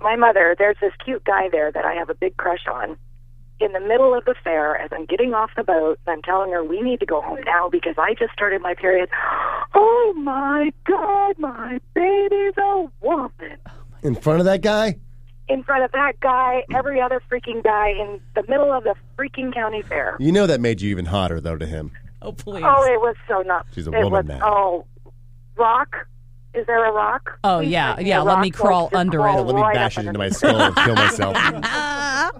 Speaker 15: my mother, there's this cute guy there that I have a big crush on. In the middle of the fair, as I'm getting off the boat, I'm telling her, we need to go home now because I just started my period. Oh my God, my baby's a woman.
Speaker 6: In front of that guy?
Speaker 15: In front of that guy, every other freaking guy in the middle of the freaking county fair.
Speaker 6: You know that made you even hotter though to him.
Speaker 5: Oh, please.
Speaker 15: Oh, it was so nuts.
Speaker 6: She's a
Speaker 15: it
Speaker 6: woman
Speaker 15: was,
Speaker 6: now.
Speaker 15: Oh, rock? Is there a rock?
Speaker 5: Oh,
Speaker 15: Please
Speaker 5: yeah,
Speaker 15: find me
Speaker 5: yeah,
Speaker 15: a
Speaker 5: let
Speaker 15: rock
Speaker 5: me
Speaker 15: so I
Speaker 5: crawl
Speaker 15: can
Speaker 5: under Ah,
Speaker 15: crawl
Speaker 5: it.
Speaker 6: Let me
Speaker 15: right
Speaker 6: bash
Speaker 15: up
Speaker 6: it into
Speaker 15: under
Speaker 6: my skull and kill myself.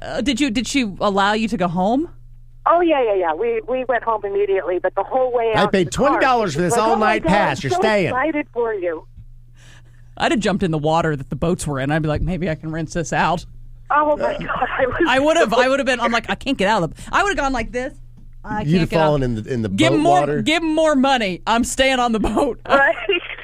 Speaker 5: Uh, did you did she allow you to go home?
Speaker 15: Oh yeah, yeah, yeah. We we went home immediately, but the whole way
Speaker 5: I
Speaker 15: out
Speaker 5: paid
Speaker 15: to the car,
Speaker 5: $20 for
Speaker 15: she's
Speaker 5: this
Speaker 15: like, oh my
Speaker 5: all-night
Speaker 15: God,
Speaker 5: pass.
Speaker 15: I'm
Speaker 5: You're
Speaker 15: so
Speaker 5: staying."
Speaker 15: Excited for you.
Speaker 5: I'd have jumped in the water that the boats were in. I'd be like, maybe I can rinse this out.
Speaker 15: Oh my
Speaker 6: Uh.
Speaker 15: god, I was.
Speaker 5: I would have. I would have been. I'm like, I can't get out of the. I would have gone like this. I
Speaker 6: You'd
Speaker 5: can't
Speaker 6: have
Speaker 5: get out.
Speaker 6: fallen in the in the
Speaker 5: Give
Speaker 6: boat
Speaker 5: more.
Speaker 6: water.
Speaker 5: Give more money. I'm staying on the boat.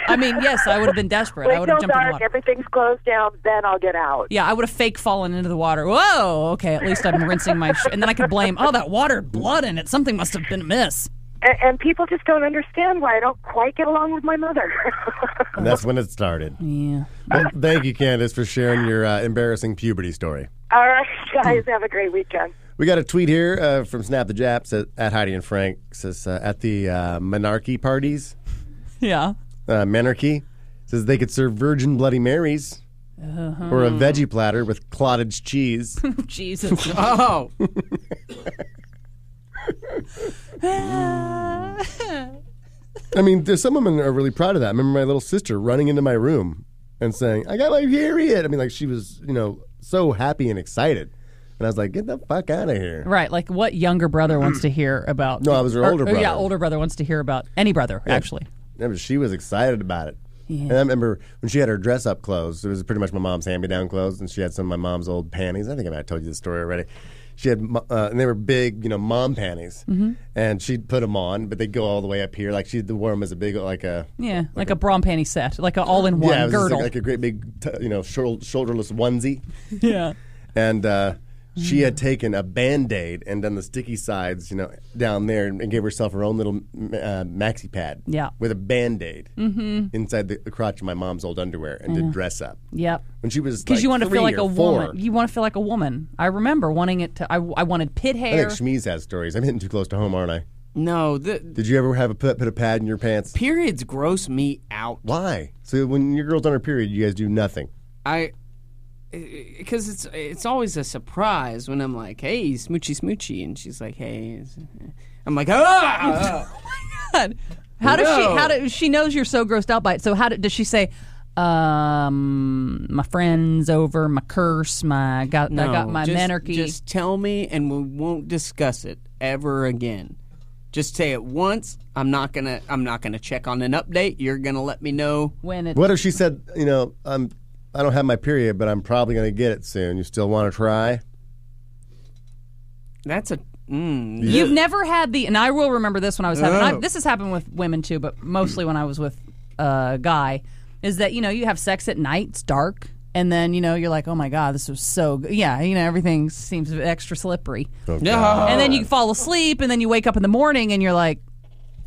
Speaker 5: I mean, yes, I would have been desperate. I
Speaker 15: Wait
Speaker 5: would have
Speaker 15: till
Speaker 5: jumped in the
Speaker 15: dark.
Speaker 5: water.
Speaker 15: Everything's closed down. Then I'll get out.
Speaker 5: Yeah, I would have fake fallen into the water. Whoa. Okay, at least I'm rinsing my. Sh- and then I could blame. Oh, that water had blood in it. Something must have been amiss.
Speaker 15: And, and people just don't understand why I don't quite get along with my mother.
Speaker 6: And that's when it started.
Speaker 5: Yeah.
Speaker 6: Well, thank you, Candace, for sharing your uh, embarrassing puberty story.
Speaker 15: All right, guys, have a great weekend.
Speaker 6: We got a tweet here uh, from Snap the Japs at, at Heidi and Frank. says uh, at the uh, monarchy parties,
Speaker 5: Yeah.
Speaker 6: uh, monarchy says they could serve virgin Bloody Marys
Speaker 5: Uh-huh.
Speaker 6: or a veggie platter with clottage cheese.
Speaker 5: Jesus.
Speaker 12: Oh.
Speaker 6: I mean, there's some women are really proud of that. I remember my little sister running into my room and saying, "I got my period." I mean, like she was, you know, so happy and excited, and I was like, "Get the fuck out of here."
Speaker 5: Right. Like, what younger brother wants to hear about?
Speaker 6: No, I was her
Speaker 5: or-
Speaker 6: older
Speaker 5: or, Yeah,
Speaker 6: brother.
Speaker 5: older brother wants to hear about any brother
Speaker 6: Yeah.
Speaker 5: actually.
Speaker 6: Yeah, but she was excited about it.
Speaker 5: Yeah.
Speaker 6: And I remember when she had her dress up clothes, it was pretty much my mom's hand me down clothes, and she had some of my mom's old panties. I think I might have told you this story already. She had, mo- uh, and they were big, you know, mom panties.
Speaker 5: Mhm.
Speaker 6: And she'd put them on, but they'd go all the way up here. Like she wore them as a big, like a.
Speaker 5: Yeah, like, a, bra and panty set, like an all-in-one
Speaker 6: yeah, it was just
Speaker 5: girdle.
Speaker 6: Like, like a great big, t- you know, shoul- shoulderless onesie.
Speaker 5: yeah.
Speaker 6: And uh, She
Speaker 5: Mm.
Speaker 6: had taken a band aid and done the sticky sides, you know, down there and gave herself her own little uh, maxi pad
Speaker 5: Yeah.
Speaker 6: with a band aid
Speaker 5: Mm-hmm.
Speaker 6: inside the, the crotch of my mom's old underwear and
Speaker 5: I know.
Speaker 6: did dress up.
Speaker 5: Yep.
Speaker 6: When she was
Speaker 5: Because
Speaker 6: like
Speaker 5: you want to
Speaker 6: three
Speaker 5: feel like
Speaker 6: or
Speaker 5: a
Speaker 6: four.
Speaker 5: woman. You want to feel like a woman. I remember wanting it to. I, I wanted pit
Speaker 6: I
Speaker 5: hair.
Speaker 6: think Shmeez has stories. I'm hitting too close to home, aren't I?
Speaker 12: No. The,
Speaker 6: Did you ever have a put, put a pad in your pants?
Speaker 12: Periods gross me out.
Speaker 6: Why? So when your girl's on her period, you guys do nothing.
Speaker 12: I because it's it's always a surprise when I'm like, "Hey, smoochy smoochy," and she's like, "Hey," I'm like, "Ah!"
Speaker 5: How does
Speaker 12: No.
Speaker 5: she? How does she knows you're so grossed out by it? So how do, does she say? Um, my friends over, my curse, my got, I got my
Speaker 12: just,
Speaker 5: menarche.
Speaker 12: Just tell me, and we won't discuss it ever again. Just say it once. I'm not gonna. I'm not gonna check on an update. You're gonna let me know
Speaker 5: when
Speaker 6: What if she said, you know, I'm I don't have my period, but I'm probably going to get it soon. You still want to try?
Speaker 12: That's a. Mm,
Speaker 5: You've never had the, and I will remember this when I was having.
Speaker 12: Oh.
Speaker 5: I, this has happened with women too, but mostly when I was with a guy. Is that you know you have sex at night, it's dark, and then you know you're like, oh my god, this was so good. Yeah, you know everything seems extra slippery.
Speaker 12: God.
Speaker 5: And then
Speaker 6: Oh.
Speaker 5: you fall asleep, and then you wake up in the morning, and you're like,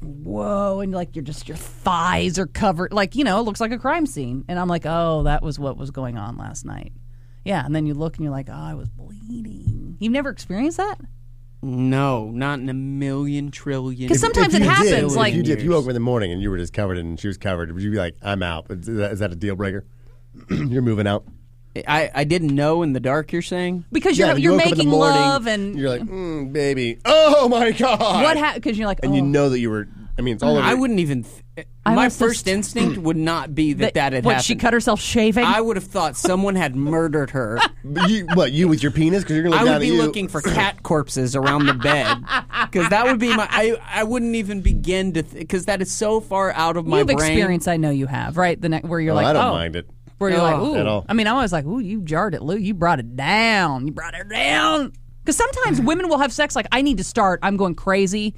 Speaker 5: whoa, and like you're just your thighs are covered, like you know it looks like a crime scene, and I'm like, oh, that was what was going on last night. Yeah, and then you look and you're like, oh, I was bleeding. You've never experienced that?
Speaker 12: No, not in a million trillion.
Speaker 5: 'Cause sometimes
Speaker 6: If
Speaker 5: it
Speaker 6: you did-
Speaker 5: happens, like-
Speaker 6: if you, did, if you woke up in the morning and you were just covered and she was covered, would you be like, I'm out? Is that, is that a deal breaker? You're moving out.
Speaker 12: I, I didn't know in the dark. You're saying
Speaker 5: Because you're-
Speaker 6: you
Speaker 5: you're
Speaker 6: woke up in the
Speaker 5: making
Speaker 6: morning,
Speaker 5: love and-
Speaker 6: you're like, mm, baby, oh my god,
Speaker 5: What happened? Because you're like,
Speaker 6: And
Speaker 5: oh. Mm,
Speaker 6: you know that you were. I mean, it's all over.
Speaker 12: I wouldn't even. Th-
Speaker 5: I
Speaker 12: my
Speaker 5: must have
Speaker 12: first instinct would not be that that, had
Speaker 5: what
Speaker 12: happened.
Speaker 5: she cut herself shaving.
Speaker 12: I would have thought someone had murdered her.
Speaker 6: But you, what you with your penis? Because you're gonna look
Speaker 12: I
Speaker 6: down
Speaker 12: would be
Speaker 6: at you.
Speaker 12: looking for cat corpses around the bed because that would be my. I, I wouldn't even begin to because that is so far out of my
Speaker 5: You've
Speaker 12: brain.
Speaker 5: experienced, I know you have, right? The neck where you're
Speaker 6: Oh,
Speaker 5: like,
Speaker 6: I don't
Speaker 5: oh.
Speaker 6: mind it.
Speaker 5: Where you're like,
Speaker 6: Oh.
Speaker 5: ooh.
Speaker 6: At all.
Speaker 5: I mean, I'm always like, ooh, you jarred it, Lou. You brought it down. You brought it down. Because sometimes women will have sex like, I need to start. I'm going crazy.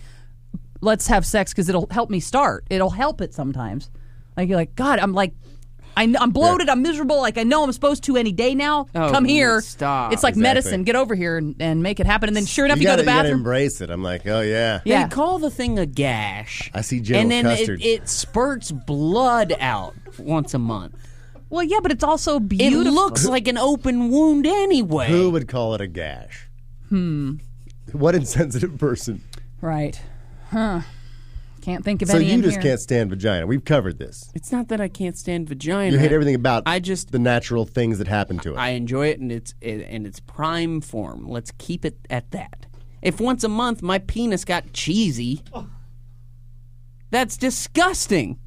Speaker 5: Let's have sex because it'll help me start. It'll help it sometimes. Like you're like, God, I'm like. I kn- I'm bloated. I'm miserable. Like I know I'm supposed to any day now.
Speaker 6: Oh,
Speaker 5: Come here.
Speaker 6: stop.
Speaker 5: It's like
Speaker 6: Exactly.
Speaker 5: medicine. Get over here and, and make it happen. And then sure enough, you,
Speaker 6: gotta,
Speaker 5: go to the
Speaker 6: gotta
Speaker 5: bathroom.
Speaker 6: embrace it. I'm like, oh yeah,
Speaker 12: They call the thing a gash,
Speaker 6: I see
Speaker 12: and
Speaker 6: General
Speaker 12: then
Speaker 6: Custard.
Speaker 12: it, it spurts blood out once a month.
Speaker 5: well, yeah, but it's also beautiful.
Speaker 12: It looks like an open wound anyway.
Speaker 6: Who would call it a gash?
Speaker 5: hmm.
Speaker 6: What insensitive person.
Speaker 5: Right. Huh. Can't think of
Speaker 6: So
Speaker 5: any.
Speaker 6: you
Speaker 5: in
Speaker 6: just
Speaker 5: here.
Speaker 6: can't stand vagina. We've covered this.
Speaker 12: It's not that I can't stand vagina.
Speaker 6: You hate everything about I just the natural things that happen to it.
Speaker 12: I enjoy it in its in its prime form. Let's keep it at that. If once a month my penis got cheesy, that's disgusting.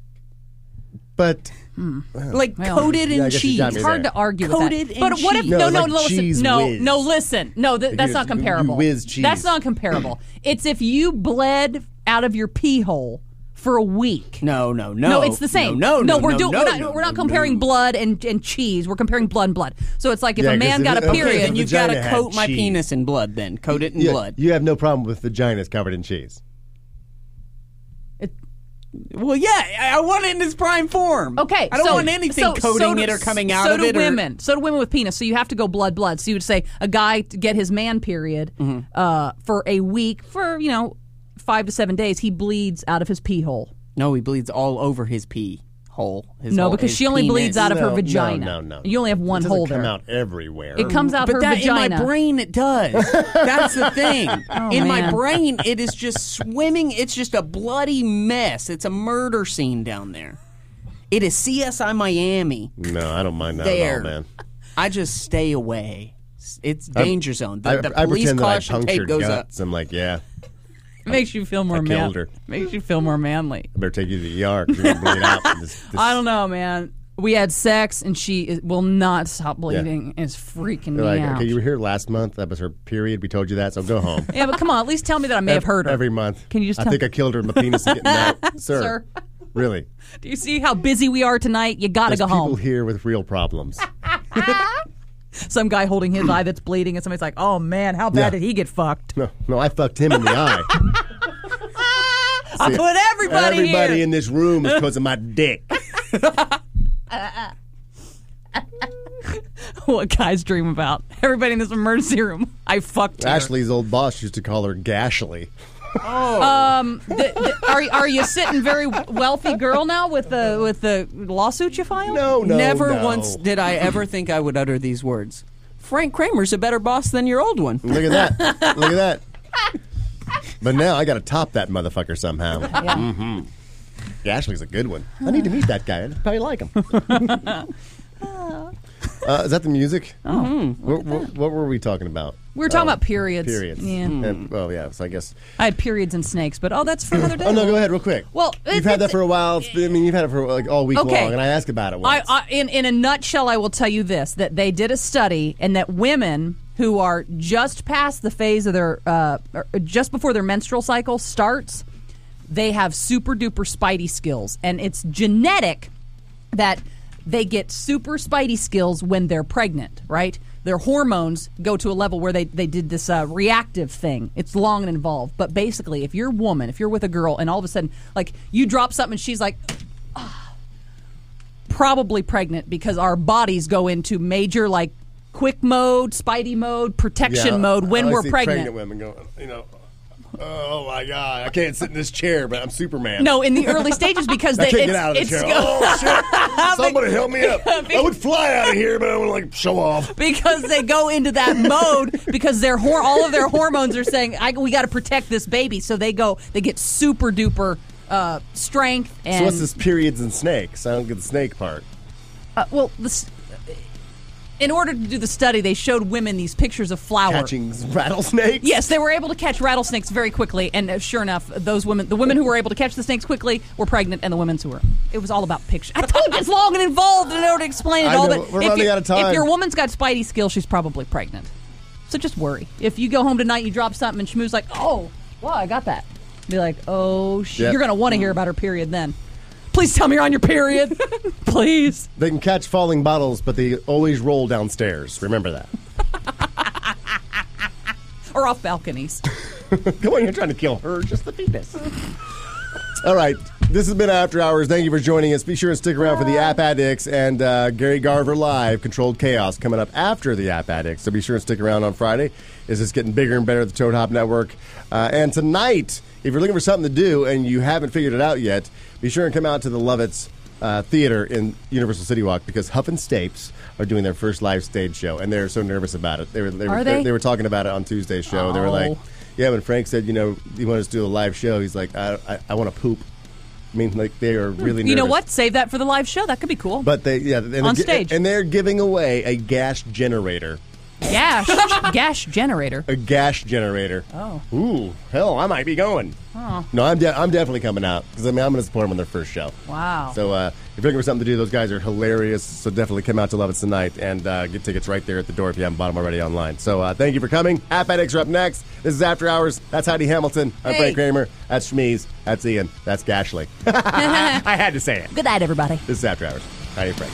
Speaker 6: But
Speaker 12: like
Speaker 5: Well,
Speaker 12: coated
Speaker 5: yeah, I
Speaker 12: in
Speaker 5: guess you
Speaker 12: cheese.
Speaker 5: got me It's hard there. to argue with that.
Speaker 12: Coated in
Speaker 5: But what if-
Speaker 12: cheese.
Speaker 5: no, No, no, like no, listen,
Speaker 6: cheese
Speaker 5: no,
Speaker 6: whiz.
Speaker 5: no, listen, no, th-
Speaker 6: Like
Speaker 5: that's
Speaker 6: you
Speaker 5: not
Speaker 6: just- you
Speaker 5: comparable.
Speaker 6: whiz cheese.
Speaker 5: That's not comparable. it's if you bled out of your pee hole for a week.
Speaker 12: No, no, no.
Speaker 5: No, it's the same.
Speaker 12: No, no,
Speaker 5: we're
Speaker 12: no,
Speaker 5: doing.
Speaker 12: no,
Speaker 5: we're not,
Speaker 12: no,
Speaker 5: we're not
Speaker 12: no,
Speaker 5: comparing
Speaker 12: no.
Speaker 5: blood and, and cheese. We're comparing blood and blood. So it's like if a man got a period,
Speaker 12: then you've got
Speaker 6: gotta
Speaker 12: to coat my penis in blood. Then coat it in blood.
Speaker 6: You have no problem with vaginas covered in cheese.
Speaker 12: Well, yeah, I I want it in its prime form.
Speaker 5: Okay,
Speaker 12: I don't
Speaker 5: so-
Speaker 12: want anything
Speaker 5: so-
Speaker 12: coating
Speaker 5: so do-
Speaker 12: it or coming out
Speaker 5: so
Speaker 12: of
Speaker 5: do
Speaker 12: it. or-
Speaker 5: Women, so do women with penis. So you have to go blood, blood. So you would say a guy to get his man period
Speaker 12: Mm-hmm.
Speaker 5: uh, for a week, for you know, five to seven days, he bleeds out of his pee hole.
Speaker 12: No, he bleeds all over his pee hole. His
Speaker 5: no,
Speaker 12: hole-
Speaker 5: because
Speaker 12: his
Speaker 5: she only
Speaker 12: penis.
Speaker 5: bleeds out of her
Speaker 6: No, no,
Speaker 5: vagina.
Speaker 6: no, no, no.
Speaker 5: You only have one
Speaker 6: it doesn't
Speaker 5: hole
Speaker 6: come
Speaker 5: there.
Speaker 6: out everywhere.
Speaker 5: It comes out
Speaker 12: but
Speaker 5: her
Speaker 12: that,
Speaker 5: vagina.
Speaker 12: In my brain, it does. That's the thing.
Speaker 5: Oh,
Speaker 12: in my
Speaker 5: man.
Speaker 12: brain, it is just swimming. It's just a bloody mess. It's a murder scene down there. It is CSI Miami.
Speaker 6: No, I don't mind that
Speaker 12: there,
Speaker 6: at all, man.
Speaker 12: I just stay away. It's
Speaker 6: I-
Speaker 12: danger zone. The,
Speaker 6: I,
Speaker 12: the
Speaker 6: I
Speaker 12: police
Speaker 6: pretend that I
Speaker 12: caution tape
Speaker 6: punctured
Speaker 12: goes up.
Speaker 6: guts. I'm like, yeah,
Speaker 5: It makes you feel more
Speaker 6: I
Speaker 5: man.
Speaker 6: killed her.
Speaker 5: Makes you feel more manly.
Speaker 6: I better take you to the ER because you're gonna bleed out. from This, this-
Speaker 5: I don't know, man. We had sex, and she is, will not stop bleeding. It's
Speaker 6: They're
Speaker 5: freaking me
Speaker 6: like,
Speaker 5: out.
Speaker 6: okay, you were here last month. That was her period. We told you that, so go home.
Speaker 5: yeah, but come on, at least tell me that I may have heard her.
Speaker 6: every month.
Speaker 5: Can you just
Speaker 6: I
Speaker 5: tell-
Speaker 6: think I killed her. My penis is getting out, sir.
Speaker 5: Sir.
Speaker 6: Really,
Speaker 5: Do you see how busy we are tonight? You gotta
Speaker 6: there's
Speaker 5: go
Speaker 6: people
Speaker 5: home.
Speaker 6: here with real problems.
Speaker 5: Some guy holding his eye that's bleeding, and somebody's like, "Oh man, how bad
Speaker 6: Yeah.
Speaker 5: did he get fucked?"
Speaker 6: No, no, I fucked him in the eye.
Speaker 5: I
Speaker 6: See,
Speaker 5: put everybody,
Speaker 6: everybody
Speaker 5: here.
Speaker 6: in this room is because of my dick.
Speaker 5: what guys dream about? Everybody in this emergency room. I
Speaker 12: I fucked her.
Speaker 6: Ashley's old boss used to call her Gashly.
Speaker 5: Oh. Um, th- th- are are you sitting very wealthy girl now with the with the lawsuit you filed?
Speaker 6: No, no.
Speaker 12: Never
Speaker 6: no.
Speaker 12: once did I ever think I would utter these words. Frank Kramer's a better boss than your old one.
Speaker 6: Look at that. Look at that. But now I got to top that motherfucker somehow.
Speaker 5: Yeah.
Speaker 6: Mm-hmm. Ashley's a good one. I need to meet that guy. I probably like him. uh, is that the music?
Speaker 5: Oh. Mhm.
Speaker 6: What, what, what were we talking about?
Speaker 5: We were talking
Speaker 6: Oh,
Speaker 5: about periods.
Speaker 6: Periods.
Speaker 5: Yeah.
Speaker 6: And- well, yeah. So I guess.
Speaker 5: I had periods and snakes, but oh, that's for another day.
Speaker 6: Oh no! Go ahead, real quick.
Speaker 5: Well,
Speaker 6: you've had that for a while. It's been- I mean, you've had it for like all week
Speaker 5: Okay.
Speaker 6: long, and I asked about it. Once.
Speaker 5: I, I, in in a nutshell, I will tell you this: that they did a study, and that women who are just past the phase of their, uh, or just before their menstrual cycle starts, they have super duper spidey skills, and it's genetic that they get super spidey skills when they're pregnant, right? Their hormones go to a level where they, they did this uh, reactive thing. It's long and involved. But basically, if you're a woman, if you're with a girl, and all of a sudden, like, you drop something and she's like, "Ah," probably pregnant because our bodies go into major like quick mode, spidey mode, protection
Speaker 6: Yeah,
Speaker 5: mode when
Speaker 6: I
Speaker 5: we're
Speaker 6: see
Speaker 5: pregnant.
Speaker 6: women go, you know, oh my god, I can't sit in this chair, but I'm Superman.
Speaker 5: No, in the early stages because
Speaker 6: I
Speaker 5: they,
Speaker 6: can't
Speaker 5: it's,
Speaker 6: get out of the
Speaker 5: it's
Speaker 6: chair.
Speaker 5: go-
Speaker 6: Oh shit! Somebody help me up. I would fly out of here, but I want to like show off.
Speaker 5: because they go into that mode because their hor- all of their hormones are saying I, we got to protect this baby, so they go they get super duper uh, strength and
Speaker 6: so what's this periods and snakes? I don't get the snake part.
Speaker 5: Uh, well, this, in order to do the study, they showed women these pictures of flowers.
Speaker 6: Catching rattlesnakes?
Speaker 5: Yes, they were able to catch rattlesnakes very quickly, and uh, sure enough, those women, the women who were able to catch the snakes quickly, were pregnant, and the women who were. It was all about pictures. I told you it's long and involved in order to explain it
Speaker 6: I
Speaker 5: all.
Speaker 6: know,
Speaker 5: but
Speaker 6: we're
Speaker 5: if
Speaker 6: running
Speaker 5: you-
Speaker 6: out of time.
Speaker 5: If your woman's got spidey skill, she's probably pregnant. So just worry. If you go home tonight, you drop something, and Shmoo's like, "Oh, well, I got that." Be like, "Oh, sh-.
Speaker 6: Yep.
Speaker 5: you're gonna want to hear about her period then." Please tell me you're on your period. Please.
Speaker 6: They can catch falling bottles, but they always roll downstairs. Remember that.
Speaker 5: or off balconies.
Speaker 6: Come on, you're trying to kill her, just the penis. All right. This has been After Hours. Thank you for joining us. Be sure and stick around for the App Addicts and uh, Gary Garver Live, Controlled Chaos, coming up after the App Addicts. So be sure and stick around on Friday. It's just getting bigger and better, the Toad Hop Network. Uh, and tonight, if you're looking for something to do and you haven't figured it out yet, be sure and come out to the Lovitz uh, Theater in Universal City Walk because Huff and Stapes are doing their first live stage show, and they're so nervous about it. They were, they were,
Speaker 5: Are they?
Speaker 6: they were talking about it on Tuesday's show. They were like,
Speaker 5: Oh.
Speaker 6: yeah, when Frank said, you know, he wanted us to do a live show, he's like, I, I, I want to poop. I mean, like, they are really nervous.
Speaker 5: You know what? Save that for the live show. That could be cool.
Speaker 6: But they, yeah. And
Speaker 5: On
Speaker 6: they're gi-
Speaker 5: stage.
Speaker 6: And they're giving away a gas generator.
Speaker 5: gash, gash generator.
Speaker 6: A gas generator.
Speaker 5: Oh.
Speaker 6: Ooh, hell, I might be going.
Speaker 5: Oh.
Speaker 6: No, I'm, de- I'm definitely coming out because I mean, I'm going to support them on their first show.
Speaker 5: Wow.
Speaker 6: So uh, if you're looking for something to do, those guys are hilarious. So definitely come out to Love It's Tonight and uh, get tickets right there at the door if you haven't bought them already online. So uh, thank you for coming. App Addicts are up next. This is After Hours. That's Heidi Hamilton. I'm
Speaker 5: Hey.
Speaker 6: Frank Kramer. That's Schmeez. That's Ian. That's Gashley. I had to say it.
Speaker 5: Good night, everybody.
Speaker 6: This is After Hours. Heidi and Frank.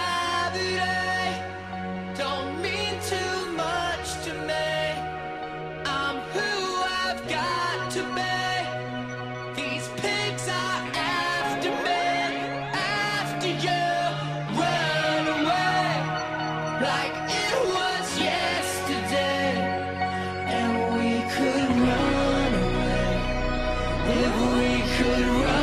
Speaker 1: Gravity eh? don't mean too much to me. I'm who I've got to be. These pigs are after me, after you. Run away like it was yesterday, and we could run away if we could run.